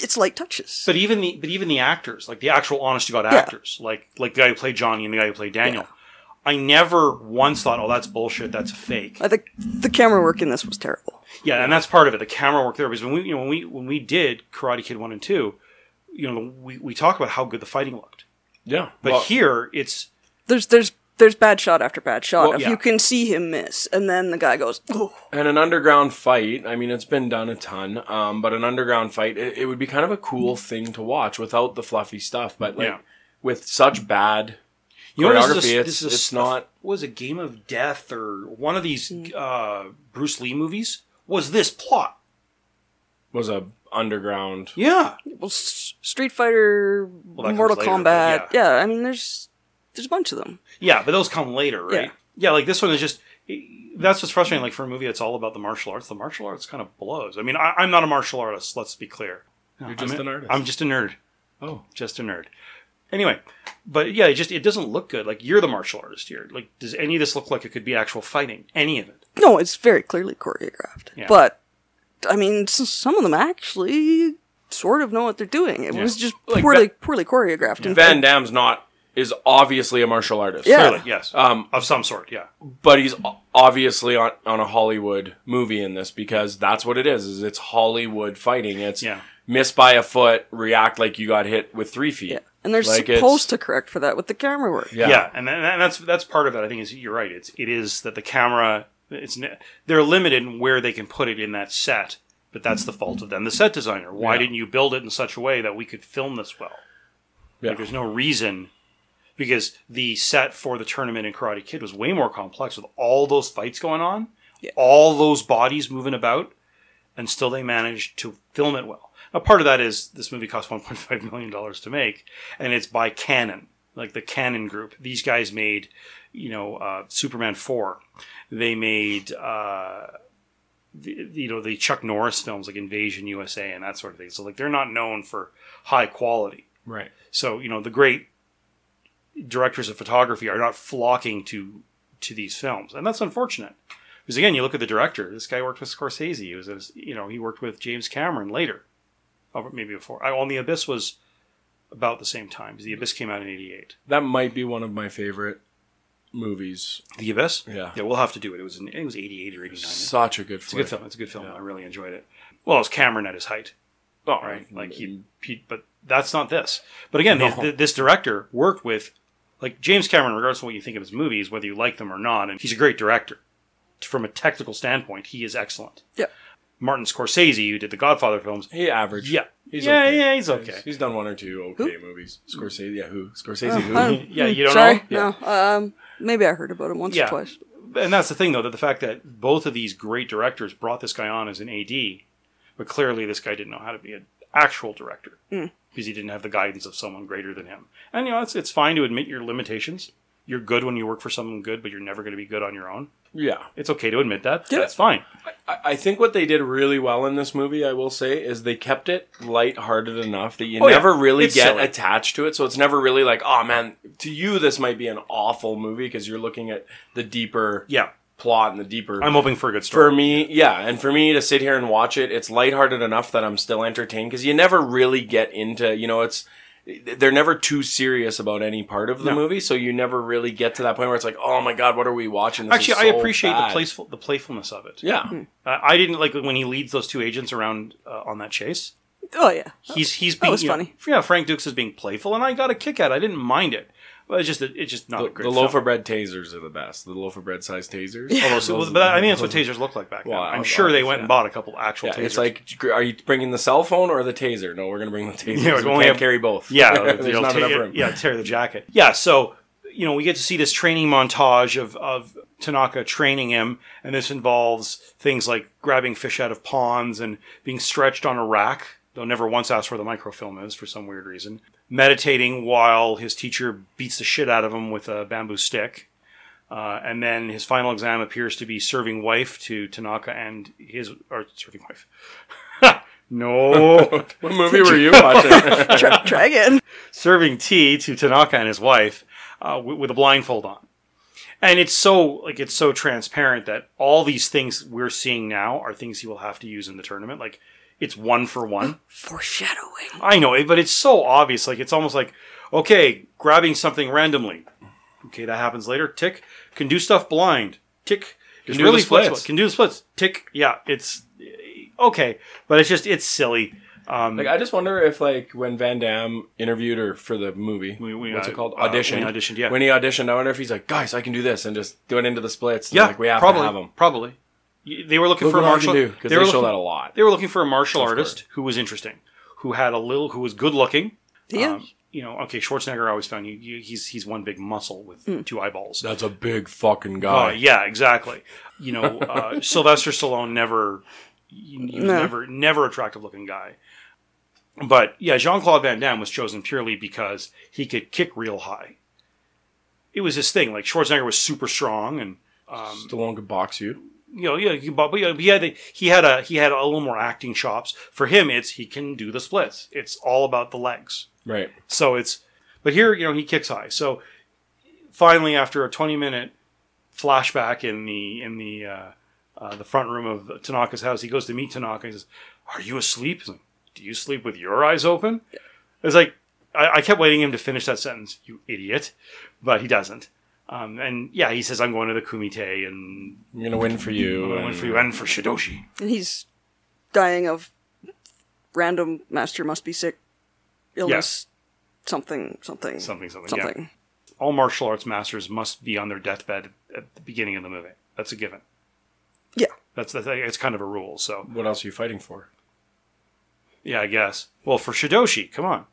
A: it's light touches.
C: But even the but even the actors, like the actual honest to god actors, like like the guy who played Johnny and the guy who played Daniel, I never once thought, oh, that's bullshit, that's fake.
A: I think Uh, the camera work in this was terrible.
C: Yeah, and that's part of it. The camera work there because when we you know when we when we did Karate Kid one and two, you know we we talk about how good the fighting looked,
B: Yeah.
C: but
B: Well,
C: here it's
A: There's there's there's bad shot after bad shot.
C: Well,
A: if
C: yeah.
A: you can see him miss, and then the guy goes, oh,
B: and an underground fight. I mean, it's been done a ton, um, but an underground fight, it, it would be kind of a cool thing to watch without the fluffy stuff. But like
C: Yeah.
B: with such bad
C: you know,
B: choreography,
C: this is a-
B: it's,
C: this is a
B: it's
C: stuff-
B: not.
C: was a Game of Death or one of these uh, Bruce Lee movies was this plot.
B: Was a underground.
C: Yeah,
A: well, S- Street Fighter,
C: that comes
A: Mortal
C: later, but
A: Kombat.
C: yeah.
A: Yeah. I mean, there's there's a bunch of them.
C: yeah, but those come later, right?
A: Yeah.
C: Yeah, like this one is just. That's what's frustrating. Like for a movie that's all about the martial arts, the martial arts kind of blows. I mean, I, I'm not a martial artist. Let's be clear.
B: You're just
C: I'm
B: an
C: a-
B: artist.
C: I'm just a nerd.
B: oh,
C: just a nerd. Anyway, but yeah, it just it doesn't look good. Like you're the martial artist here. Like, does any of this look like it could be actual fighting? Any of it?
A: No, it's very clearly choreographed.
C: Yeah.
A: But I mean, s- some of them actually sort of know what they're doing. It was just
B: Like
A: poorly
B: Van-
A: poorly choreographed. And
B: Van Damme's not is obviously a martial artist.
A: Yeah.
C: Clearly, yes,
B: Um,
C: of some sort. Yeah,
B: but he's o- obviously on, on a Hollywood movie in this because that's what it is. Is it's Hollywood fighting. It's
C: Yeah.
B: miss by a foot, react like you got hit with three feet.
A: Yeah. And they're
B: Like, it's-
A: supposed to correct for that with the camera work.
B: Yeah.
C: yeah, and, tha- and that's that's part of it. I think is you're right. It's it is that the camera. It's ne- they're limited in where they can put it in that set, but that's the fault of them, the set designer. Why
B: Yeah.
C: didn't you build it in such a way that we could film this well?
B: Yeah.
C: Like, there's no reason because the set for the tournament in Karate Kid was way more complex with all those fights going on, all those bodies moving about, and still they managed to film it well. Now, part of that is this movie cost 1.5 million dollars to make, and it's by Canon, like the Canon Group. These guys made, you know, uh, Superman 4. They made. Uh, the, you know the Chuck Norris films like Invasion USA and that sort of thing. So like they're not known for high quality.
B: Right.
C: So you know the great directors of photography are not flocking to to these films, and that's unfortunate. Because again, you look at the director. This guy worked with Scorsese. He was, in- you know, he worked with James Cameron later, or maybe before. I, on the Abyss was about the same time. 'cause The Abyss came out in '88.
B: That might be one of my favorite movies.
C: The Abyss.
B: Yeah.
C: yeah. We'll have to do it. It was in, it was '88 or '89. It's
B: Such a good
C: a
B: flick.
C: good film. It's a good film. I really enjoyed it. Well, it was Cameron at his height.
B: Oh,
C: right? Like he, he but that's not this. But again,
B: No.
C: th- th- this director worked with, like James Cameron, regardless of what you think of his movies, whether you like them or not, and he's a great director. From a technical standpoint, he is excellent.
A: Yeah.
C: Martin Scorsese, who did the Godfather films,
B: He averaged.
C: yeah,
B: He's
C: yeah,
B: okay.
C: yeah, he's okay.
B: He's done one or two okay movies. Scorsese, yeah, who? Scorsese, who?
A: Oh, I don't-
C: Yeah, you don't
A: Hmm, Sorry?
C: know. Yeah.
A: No. Um, maybe I heard about him once
C: Yeah.
A: or twice.
C: And that's the thing, though, that the fact that both of these great directors brought this guy on as an AD, but clearly this guy didn't know how to be an actual director because he didn't have the guidance of someone greater than him. And you know, it's it's fine to admit your limitations. You're good when you work for someone good, but you're never going to be good on your own.
B: Yeah.
C: It's okay to admit that.
A: Yeah.
C: That's fine.
B: I, I think what they did really well in this movie, I will say, is they kept it lighthearted enough that you
C: Oh, yeah.
B: never really
C: It's
B: get
C: silly.
B: attached to it. So it's never really like, oh man, to you this might be an awful movie because you're looking at the deeper
C: Yeah,
B: plot and the deeper.
C: I'm hoping for a good story.
B: for me, yeah, and for me to sit here and watch it, it's lighthearted enough that I'm still entertained because you never really get into, you know, it's they're never too serious about any part of the
C: No.
B: movie, so you never really get to that point where it's like, oh my god, what are we watching? This
C: Actually,
B: is
C: I
B: so
C: appreciate
B: bad."
C: the playful the playfulness of it.
B: Yeah,
C: Uh, I didn't like when he leads those two agents around uh, on that chase.
A: Oh yeah.
C: he's he's being
A: that was
C: you know,
A: funny.
C: yeah, Frank Dukes is being playful, and I got a kick out. I didn't mind it. But it's just that- it's just not
B: the,
C: a Oh, great.
B: the loaf
C: film.
B: of bread tasers are the best. The loaf of oh, bread sized tasers.
C: [LAUGHS] Although, so- but I think that's what tasers look like back then.
B: Well,
C: I'm
B: I'll-
C: sure they
B: I'll-
C: went and
B: yeah.
C: bought a couple actual
B: Yeah,
C: tasers.
B: it's like, are you bringing the cell phone or the taser? No, we're gonna bring the taser. we
C: Yeah, we only
B: only [LAUGHS]
C: have- [LAUGHS]
B: carry both.
C: yeah,
B: there's
C: they'll
B: not
C: tear-
B: enough room.
C: Yeah, tear the jacket. Yeah, so you know, we get to see this training montage of, of Tanaka training him, and this involves things like grabbing fish out of ponds and being stretched on a rack, though never once asked where the microfilm is for some weird reason, meditating while his teacher beats the shit out of him with a bamboo stick. Uh, and then his final exam appears to be serving wife to Tanaka and his, or serving wife. [LAUGHS]
B: [LAUGHS]
C: no.
B: What movie were
C: [LAUGHS]
B: you watching?
A: Try, try again.
C: serving tea to Tanaka and his wife uh, wi- with a blindfold on. And it's so like it's so transparent that all these things we're seeing now are things he will have to use in the tournament. Like it's one for one.
A: Foreshadowing.
C: I know it, but it's so obvious. Like it's almost like okay, grabbing something randomly. Okay, that happens later. Tick can do stuff blind. Tick is
B: do
C: really
B: the splits.
C: flexible. Can do the splits. Tick, yeah, it's okay, but it's just it's silly. Um,
B: like, I just wonder if, like, when Van Damme interviewed her for the movie,
C: We- we,
B: what's
C: uh,
B: it called?
C: uh,
B: Audition.
C: when he auditioned, yeah.
B: When he auditioned, I wonder if he's like, guys, I can do this, and just do it into the splits. and,
C: yeah,
B: like, we have
C: probably,
B: to have him.
C: Probably, Y- they were looking
B: Look
C: for a
B: what I can
C: martial.
B: do, because they,
C: were
B: show
C: looking-
B: that a lot.
C: They were looking for a martial
B: course.
C: artist who was interesting, who had a little, who was good looking.
A: Yeah.
C: Um, you know, okay, Schwarzenegger I always found you, you he's he's one big muscle with
A: Hmm.
C: two eyeballs.
B: That's a big fucking
C: Uh,
B: guy.
C: yeah, exactly. You know, uh, Sylvester Stallone never, you, you
A: No.
C: never, never attractive looking guy. But yeah, Jean Claude Van Damme was chosen purely because he could kick real high. It was his thing. Like Schwarzenegger was super strong, and
B: Stallone could box you.
C: you know, yeah, he- but but, you know, he had a, he had a he had a little more acting chops. For him, it's he can do the splits. It's all about the legs.
B: Right.
C: So it's but here, you know, he kicks high. So finally, after a twenty minute flashback in the in the uh, uh, the front room of Tanaka's house, he goes to meet Tanaka. He says, "Are you asleep? He's like, do you sleep with your eyes open?" It's like I, I kept waiting him to finish that sentence. You idiot! But he doesn't. Um, and yeah, he says, "I'm going to the kumite and
B: I'm gonna win for you.
C: I went
B: and-
C: for you and for Shidoshi."
A: And he's dying of random master must be sick illness something something
C: Something, something,
A: something.
C: Yeah. All martial arts masters must be on their deathbed at the beginning of the movie. That's a given.
A: Yeah.
C: That's the thing. It's kind of a rule. So
B: What else are you fighting for?
C: yeah, I guess. Well, for Shidoshi, come on.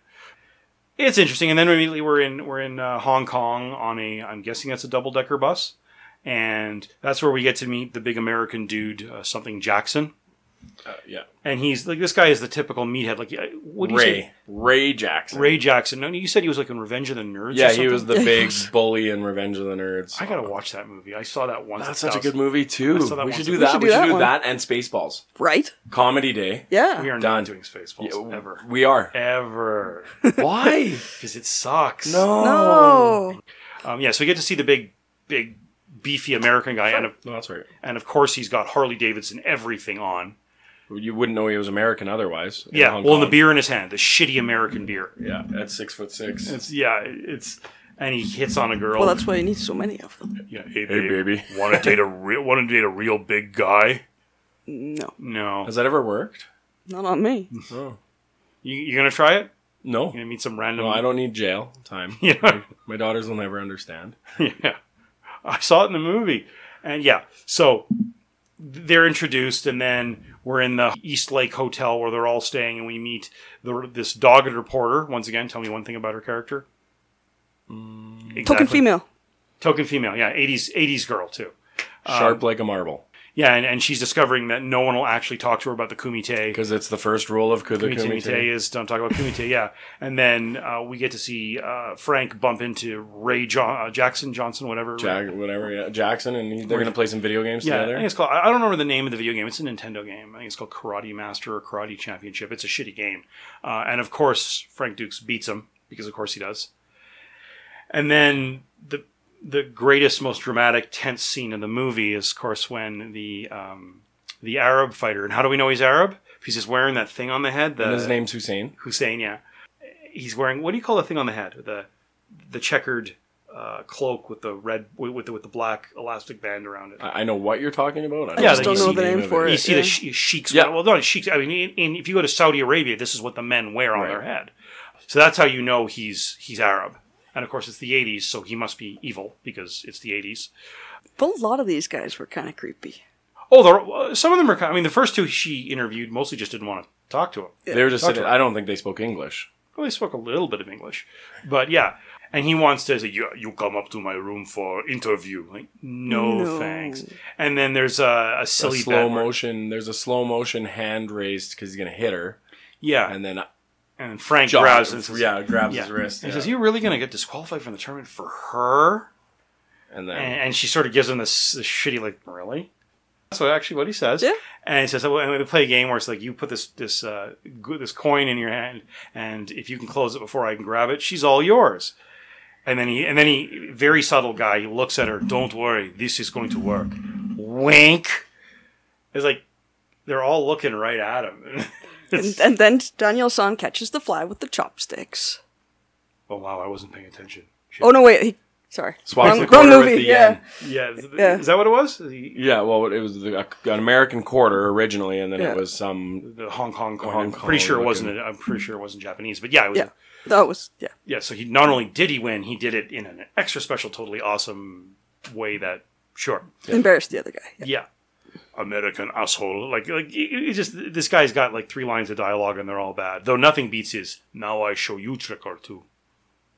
C: It's interesting. And then immediately we're in we're in uh, Hong Kong on a I'm guessing that's a double decker bus, and that's where we get to meet the big American dude, uh, something Jackson.
B: Uh, yeah.
C: And he's like this guy is the typical meathead. Like uh, what do you
B: Ray.
C: say?
B: Ray Jackson.
C: Ray Jackson. No, you said he was like in Revenge of the Nerds. or
B: Yeah, he
C: something?
B: was the
C: [LAUGHS]
B: big bully in Revenge of the Nerds.
C: I gotta watch that movie. I saw that once.
B: That's such a
C: That was-
B: good movie too.
C: saw that
B: We
C: once.
B: should
C: We
B: do
C: should
B: that.
A: do
B: We should
A: that
B: do
A: one.
B: that and Spaceballs.
A: Right?
B: Comedy Day.
A: Yeah.
C: We are
B: Done.
C: not doing Spaceballs
B: Yeah, w-
C: ever.
B: We are. [LAUGHS]
C: Ever.
B: Why?
C: Because it sucks.
B: No.
A: No.
C: Um, yeah, so we get to see the big, big, beefy American guy. And of,
B: No, that's right.
C: and of course, he's got Harley Davidson everything on.
B: You wouldn't know he was American otherwise. in
C: yeah,
B: Hong
C: well, and the
B: Kong.
C: beer in his hand, the shitty American beer.
B: Yeah, at six foot six.
C: It's, yeah, it's. And he hits on a girl.
A: Well, that's why you need so many of them.
C: yeah, hey,
B: baby. [LAUGHS]
C: want to date a real? Want to date a real big guy?
A: No.
C: No.
B: Has that ever worked?
A: Not on me.
C: You, you gonna try it?
B: No.
C: You gonna meet some random?
B: No, I don't need jail time.
C: [LAUGHS] Yeah.
B: My daughters will never understand.
C: [LAUGHS] yeah. I saw it in the movie. And yeah, so they're introduced, and then we're in the East Lake Hotel where they're all staying, and we meet the, this dogged reporter. Once again, tell me one thing about her character.
A: Token
C: Exactly.
A: female.
C: Token female, yeah, 80s, 80s girl, too. Um,
B: Sharp like a marble.
C: Yeah, and, and she's discovering that no one will actually talk to her about the Kumite.
B: Because it's the first rule of Kuda
C: Kumite,
B: Kumite.
C: is don't talk about Kumite. Yeah, and then uh, we get to see uh, Frank bump into Ray John- uh, Jackson Johnson, whatever.
B: Jack, whatever, yeah. Jackson, and he- they're going to play some video games
C: Yeah, I
B: together.
C: think it's called. I I don't remember the name of the video game. It's a Nintendo game. I think it's called Karate Master or Karate Championship. It's a shitty game, uh, and of course Frank Dukes beats him because of course he does. And then the the greatest, most dramatic, tense scene in the movie is, of course, when the um, the Arab fighter. And how do we know he's Arab? Because he's wearing that thing on the head. The
B: And his name's Hussein.
C: Hussein. Yeah, he's wearing. What do you call the thing on the head? The the checkered. Uh, cloak with the red with the, with the black elastic band around it.
B: I I know what you're talking about. I,
C: just
B: know
C: don't
B: the
C: know
A: the name
B: of
A: for
B: it.
A: it.
C: You see
A: yeah.
C: the she- sheiks.
B: Yeah.
C: Well, not sheiks. I mean, in, in, if you go to Saudi Arabia, this is what the men wear on
B: Right.
C: their head. So that's how you know he's he's Arab. And of course, it's the '80s, so he must be evil because it's the '80s.
A: But a lot of these guys were kind of creepy.
C: Oh, there, uh, some of them are. kind- I mean, the first two she interviewed mostly just didn't want to talk to him.
B: They were just
C: Not
B: sitting.
C: true.
B: I don't think they spoke English.
C: Well, they spoke a little bit of English, but yeah. And he wants to say, you, you come up to my room for interview. Like, no,
A: No.
C: thanks. And then there's a, a
B: A
C: silly
B: slow
C: bit where-
B: motion. There's a slow motion hand raised because he's gonna hit her,
C: Yeah.
B: and
C: And,
B: then
C: and Frank
B: John,
C: grabs and says,
B: yeah, grabs
C: yeah.
B: his wrist.
C: And
B: yeah.
C: He says, you're really going to get disqualified from the tournament for her?
B: and then
C: and, and she sort of gives him this, this shitty like really that's what actually what he says
A: Yeah.
C: and he says oh, and we play a game where it's like you put this this uh, go- this coin in your hand and if you can close it before i can grab it she's all yours and then he and then he very subtle guy he looks at her don't worry this is going to work wink it's like they're all looking right at him [LAUGHS]
A: And, and then Daniel San catches the fly with the chopsticks.
C: oh wow i wasn't paying attention Shit.
A: Oh no, wait. He, sorry.
B: Swats
A: wrong,
B: the corner
A: wrong
B: with
A: movie.
B: the
A: yeah.
B: yen.
C: yeah, is-
A: Yeah.
C: is that what it was the,
B: yeah, well, it was the, an American quarter originally, and then
A: Yeah.
B: it was some
C: the hong kong coin
B: Hong
C: i'm
B: Kong
C: pretty sure it
B: looking-
C: wasn't i'm pretty sure it wasn't japanese but yeah it was
A: Yeah. That was yeah.
C: yeah, so he not only did he win, he did it in an extra special, totally awesome way that sure.
A: Embarrassed the other guy. Yeah.
C: Yeah. American asshole. Like like it- it just this guy's got like three lines of dialogue and they're all bad. Though nothing beats his now I show you trick or two.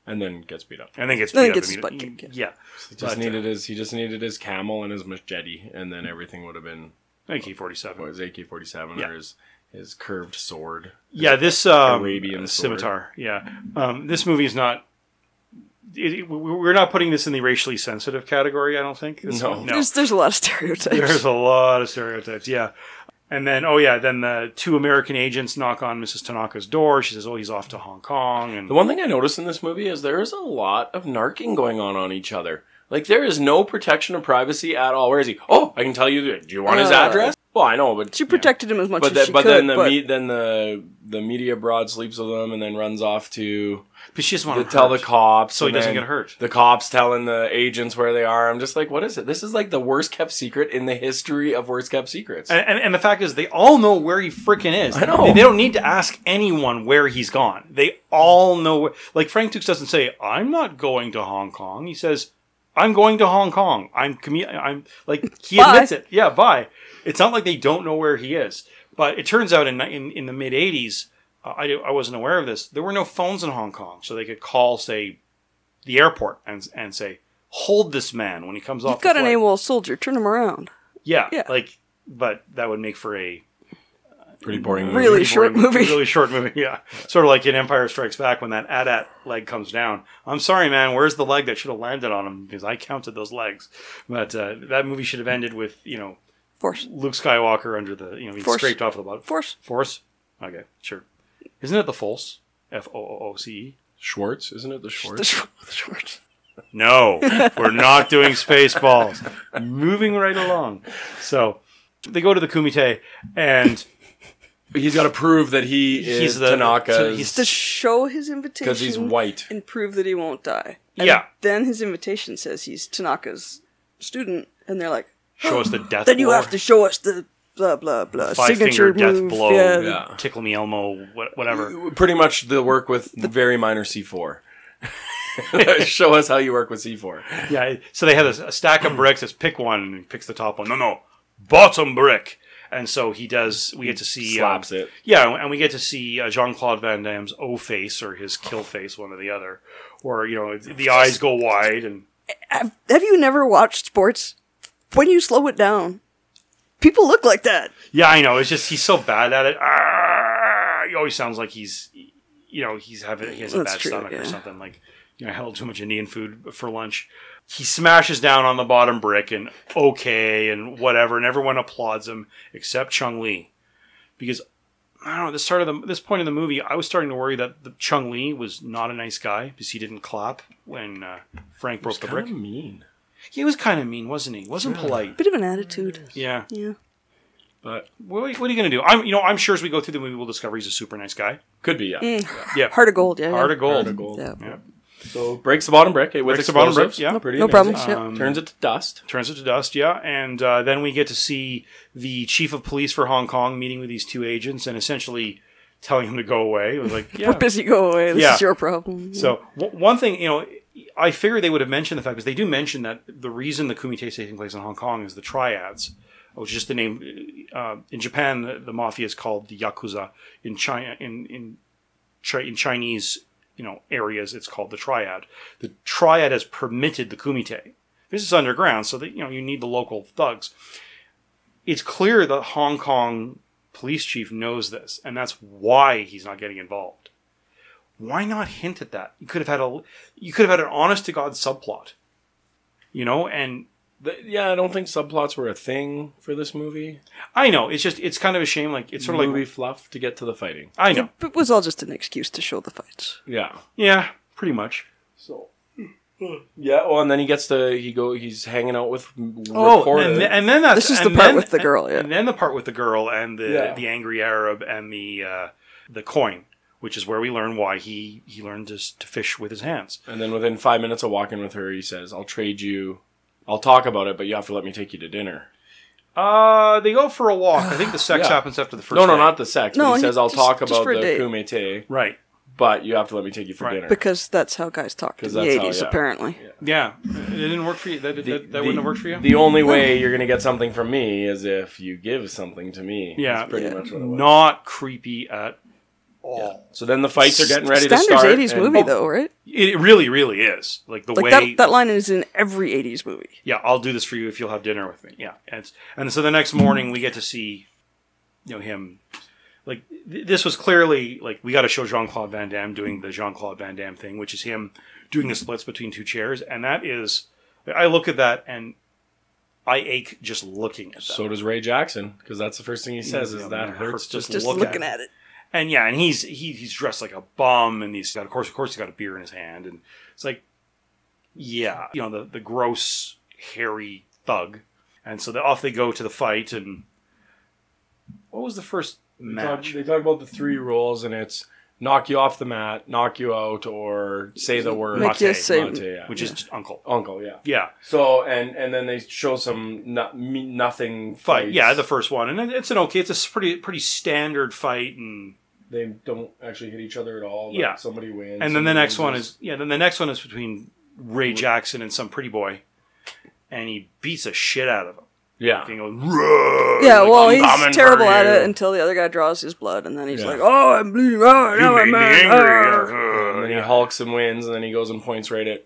B: and then gets beat up.
C: And then gets
A: Then
C: beat
A: gets
C: up
A: his
C: immediately.
A: butt kicked,
C: Yeah.
B: He just
C: But, uh,
B: needed his he just needed his camel and his machete, and then everything would have been
C: AK
B: what
C: 47.
B: his AK forty seven
C: Yeah.
B: or his his curved sword.
C: Yeah, this um,
B: Arabian sword.
C: scimitar. Yeah. Um, this movie is not it, it- we- we're not putting this in the racially sensitive category, I don't think. This-
B: No.
C: no.
A: There's there's a lot of stereotypes.
C: [LAUGHS] There's a lot of stereotypes, yeah. And then, oh yeah, then the two American agents knock on Mrs. Tanaka's door. She says, "Oh, he's off to Hong Kong." And
B: The one thing I noticed in this movie is there is a lot of narking going on on each other. Like there is no protection of privacy at all. Where is he? Oh, I can tell you. Do you want his
A: Uh,
B: address? Well, I know, but
A: She protected him as much
B: but
A: as
B: the,
A: she
B: but
A: could.
B: then the
A: but
B: me, then the the media broad sleeps with him and then runs off to,
C: but she just
B: to
C: wants to
B: tell the cops
C: Oh, so he
B: and
C: doesn't
B: then
C: get hurt.
B: The cops telling the agents where they are. I'm just like, what is it? This is like the worst kept secret in the history of worst kept secrets.
C: And, and, and the fact is, they all know where he freaking is.
B: I know.
C: They, they don't need to ask anyone where he's gone. They all know. Where, like Frank Dukes doesn't say, "I'm not going to Hong Kong." He says, "I'm going to Hong Kong." I'm commu- I'm like he
A: Bye.
C: admits it. Yeah, bye. It's not like they don't know where he is. But it turns out in ni- in, in the mid '80s, uh, I I wasn't aware of this. There were no phones in Hong Kong, so they could call, say, the airport and and say, "Hold this man when he comes off."
A: You've got
C: the
A: an
C: flight."
A: AWOL soldier. Turn him around.
C: Yeah,
A: Yeah.
C: like. But that would make for a
B: Pretty boring. movie.
A: Really short
C: boring-
A: movie.
C: Really short movie, [LAUGHS] yeah. Sort of like in Empire Strikes Back when that AT-AT leg comes down. I'm sorry, man. Where's the leg that should have landed on him? Because I counted those legs. But uh, that movie should have ended with you know
A: Force.
C: Luke Skywalker under the you know being
A: Force.
C: scraped off the bottom.
A: Force.
C: Force. Okay, sure. Isn't it the false? F O O O C E.
B: Schwartz, isn't it the
A: The,
B: Schwartz?
A: sh- the shorts. [LAUGHS]
C: No, we're not doing Spaceballs. Moving right along. So they go to the Kumite and
B: He's got to prove that he
C: He's
B: is
C: the- so
B: Tanaka
C: he's-
A: To show his invitation.
B: because he's white.
A: And prove that he won't die. And
C: Yeah.
A: Then his invitation says he's Tanaka's student, and they're like,
C: show us the death.
A: then you
C: blow.
A: have to show us the blah blah blah
C: five
A: signature
C: finger death
A: move.
C: blow,
A: yeah.
B: yeah.
C: tickle me Elmo, what, whatever.
B: Pretty much the work with very minor C4. [LAUGHS] Show us how you work with C4.
C: Yeah. So they had a, a stack
A: Hmm.
C: of bricks. It's pick one and he picks the top one. No, no, bottom brick. And so he does. We get to see uh,
B: Slaps it.
C: Yeah, and we get to see uh, Jean Claude Van Damme's O face or his kill face, one or the other, where you know the eyes go wide and
A: Have, have you never watched sports? When you slow it down, people look like that.
C: yeah, I know. It's just he's so bad at it. Arrgh! He always sounds like he's you know he's having he has a
A: That's
C: bad
A: true,
C: stomach
A: yeah.
C: or something like you know I held too much Indian food for lunch. He smashes down on the bottom brick and okay and whatever, and everyone applauds him except Chung Lee because. I don't know. This start of the this point in the movie, I was starting to worry that the Chung Lee was not a nice guy because he didn't clap when uh, Frank broke the brick.
B: mean.
C: He was kind of mean, wasn't he? Wasn't polite.
A: Bit of an attitude.
C: Yeah.
A: Yeah.
B: But
C: What are you, what are you going to do? I'm, you know, I'm sure as we go through the movie, we'll discover he's a super nice guy.
B: could be, yeah.
C: Yeah,
A: Heart of Mm. gold. Yeah.
C: Heart of gold.
B: Heart of gold.
A: Yeah. [LAUGHS]
C: Yeah.
B: So breaks the bottom brick. It
C: Breaks the bottom brick, yeah.
A: No problems. yeah.
C: Um,
B: Turns it to dust.
C: turns it to dust. Yeah, and uh, then we get to see the chief of police for Hong Kong meeting with these two agents and essentially telling him to go away. It was like, [LAUGHS] yeah.
A: We're busy. Go away. This
C: Yeah.
A: is your problem.
C: So w- one thing, you know, I figured they would have mentioned the fact because they do mention that the reason the kumite is taking place in Hong Kong is the triads, which is just the name. Uh, in Japan, the, the mafia is called the yakuza. In China, in in, Chi- in Chinese, you know areas, it's called the triad. The triad has permitted the kumite. This is underground, so that you know you need the local thugs. It's clear that Hong Kong police chief knows this, and that's why he's not getting involved. Why not hint at that? You could have had a you could have had an honest to god subplot, you know, and
B: The- yeah, I don't think subplots were a thing for this movie.
C: I know it's just it's kind of a shame. Like it's sort of
B: movie
C: like
B: fluff to get to the fighting.
C: I know,
A: It was all just an excuse to show the fights.
B: Yeah.
C: yeah, pretty much.
B: So. Yeah. Well, and then he gets to he go. He's hanging out with
C: Oh,
B: reporter.
C: and, th- and then that's
A: This is
C: and
A: the part
C: then-
A: with the girl, yeah.
C: and then the part with the girl and the
B: Yeah.
C: the angry Arab and the uh, the coin, which is where we learn why he he learned to, to fish with his hands.
B: And then within five minutes of walking with her, he says, "I'll trade you. I'll talk about it, but you have to let me take you to dinner."
C: Uh, they go for a walk.
A: [SIGHS]
C: I think the sex
B: Yeah.
C: happens after the first.
B: no, no,
C: day.
B: not the sex.
A: No,
B: but he
A: he-
B: says, "I'll
A: just-
B: talk
A: just
B: about
A: for a
B: the
A: date.
B: kumite,
C: right.
B: but you have to let me take you for
C: Right.
B: dinner."
A: Because that's how guys talked in
B: 'Cause
A: the
B: that's how-
A: 80s,
B: yeah.
A: apparently.
C: Yeah, it didn't work for you. That that,
B: The-
C: that wouldn't have worked for you.
B: The only way you're going to get something from me is if you give something to me.
C: Yeah.
B: That's pretty
A: Yeah.
B: much what it was.
C: not creepy at all.
B: So then the fights are getting ready
A: Standards
B: to start.
A: 80s
B: and-
A: movie, though, right?
C: It really, really is like the
A: Like
C: way
A: that, that line is in every 80s movie.
C: yeah, I'll do this for you if you'll have dinner with me. Yeah, and it's, and so the next morning we get to see, you know, him. Like th- this was clearly like we got to show Jean Claude Van Damme doing the Jean Claude Van Damme thing, which is him doing the splits between two chairs, and that is I look at that and I ache just looking at that.
B: So does Ray Jackson because that's the first thing he says
C: Yeah,
B: is that
C: man, it
B: hurts
C: hurts
B: just.
A: Just
C: Look at
A: looking
C: it.
A: at it.
C: and yeah, and he's he, he's dressed like a bum, and he's got of course of course he's got a beer in his hand, and it's like, yeah, you know the the gross hairy thug, and so the, off they go to the fight, and what was the first match?
B: They talk about the three rules and it's knock you off the mat, knock you out, or say the word.
A: Make you
B: Mate,
A: say-
B: mate, yeah.
C: Which is just Uncle.
B: uncle, yeah.
C: Yeah,
B: So and and then they show some no, me, nothing
C: fight.
B: fights.
C: Yeah, the first one, and it- it's an okay. It's a s- pretty pretty standard fight, and
B: they don't actually hit each other at all. but
C: Yeah.
B: somebody wins.
C: and then the
B: somebody
C: next one
B: loses.
C: is yeah, then the next one is between Ray Jackson and some pretty boy, and he beats the shit out of him.
B: yeah.
C: He goes, "Roar,"
A: Yeah,
C: like,
A: well,
B: I'm coming
A: he's terrible
B: for
A: at
B: you.
A: it until the other guy draws his blood, and then he's
B: Yeah.
A: like, "Oh, I'm bleeding. Oh,
C: You
A: now
C: made
A: I'm
C: me
A: mad.
C: angry.
A: Ah."
B: And
C: Uh,
B: then he hulks and wins, and then he goes and points right at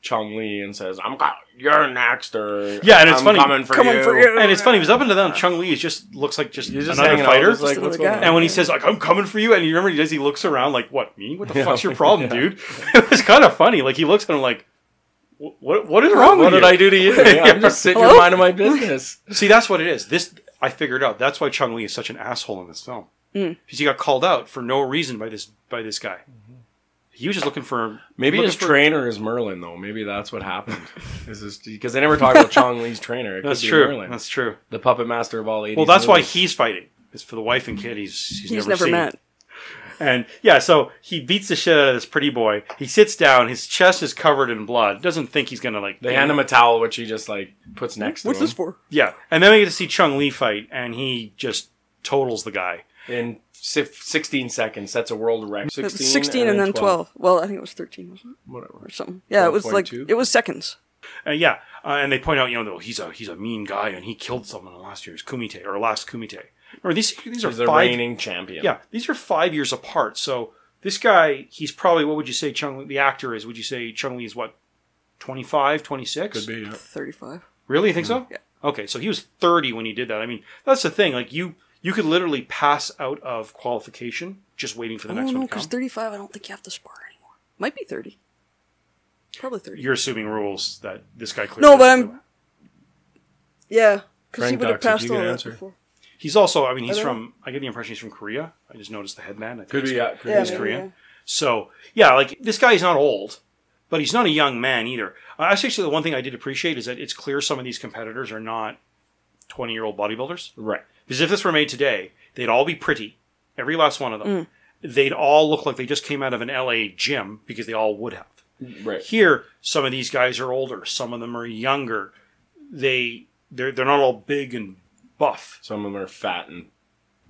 B: Chong Li and says, "I'm co- you're next." Or
C: Yeah, and it's
B: "I'm
C: funny.
B: coming for
A: Coming
B: you.
A: for you.
C: And it's funny because up until then, Chung Lee is just looks like just,
B: He's just
C: another
B: hanging out,
C: fighter.
B: just like,
A: Just
B: what's
A: another guy.
B: going on?
C: and when he says like I'm coming for you, and you remember he does, he looks around like what me? What
B: [LAUGHS]
C: the fuck's your problem, dude? [LAUGHS] it was kind of funny. Like he looks at him like, "Wh- what What is wrong
B: What did
C: with you?
B: I do to
C: [LAUGHS]
B: you? I'm just sitting here
A: Hello?
B: minding my business.
C: See, that's what it is. This I figured out. That's why Chung Lee is such an asshole in this film
A: Hmm.
C: because he got called out for no reason by this by this guy. He was just looking for
B: Mm-hmm. Maybe
C: looking
B: his
C: for-
B: trainer is Merlin, though. Maybe that's what
C: [LAUGHS]
B: happened. Because they never talk about Chong Lee's trainer. It
C: That's
B: could
C: true.
B: Be Merlin,
C: That's true.
B: the puppet master of all 80s.
C: Well, that's why
B: movies.
C: he's fighting. It's for the wife and kid. He's he's,
A: He's never
C: never, seen.
A: met.
C: And yeah, so he beats the shit out of this pretty boy. He sits down. His chest is covered in blood. Doesn't think he's gonna like.
B: They hand him a towel, which he just like puts next
A: What's
B: to
A: this
B: him
A: for?
C: Yeah, and then we get to see Chung Lee fight, and he just totals the guy.
B: in si- 16 seconds. That's a world record.
A: It was
B: 16,
A: 16 and then 12. Well, I think it was 13 wasn't it?
B: Whatever.
A: or something. Yeah, it was like
B: 12.2?
A: it was seconds.
C: Uh, yeah, uh, and they point out, you know, though he's a he's a mean guy, and he killed someone in last year's kumite or last kumite. Or these these are
B: He's the
C: five.
B: reigning champion.
C: Yeah, these are five years apart. So this guy, he's probably what would you say Chung Lee, the actor is? Would you say Chung Lee is what 25, 26?
B: Could be, yeah.
A: 35.
C: Really? You think so?
A: Mm-hmm. Yeah.
C: Okay, so he was 30 when he did that. I mean, that's the thing. Like you you could literally pass out of qualification just waiting for the
A: Oh
C: next
A: no,
C: one to come.
A: because 35 I don't think you have to spar anymore. Might be 30. Probably 30.
C: You're assuming rules that this guy clearly
A: No, but
C: doesn't
A: I'm-
C: do.
A: yeah, cuz he
B: Frank
A: would have
B: Doxy,
A: passed
B: you can
A: all that
B: answer.
A: before.
C: He's also, I mean, he's
A: I don't
C: from I get the impression he's from Korea. I just noticed the headband. I think
B: Could be,
C: he's-
B: yeah. Could
A: Yeah,
B: be.
A: maybe,
C: Korean.
A: yeah.
C: So yeah, like this guy is not old, but he's not a young man either. Uh, That's actually the one thing I did appreciate is that it's clear some of these competitors are not twenty year old bodybuilders.
B: Right.
C: Because if this were made today, they'd all be pretty, every last one of them. They'd all look like they just came out of an LA gym because they all would have.
B: Right.
C: Here, some of these guys are older, some of them are younger. They they're they're not all big and buff.
B: Some of them are fat and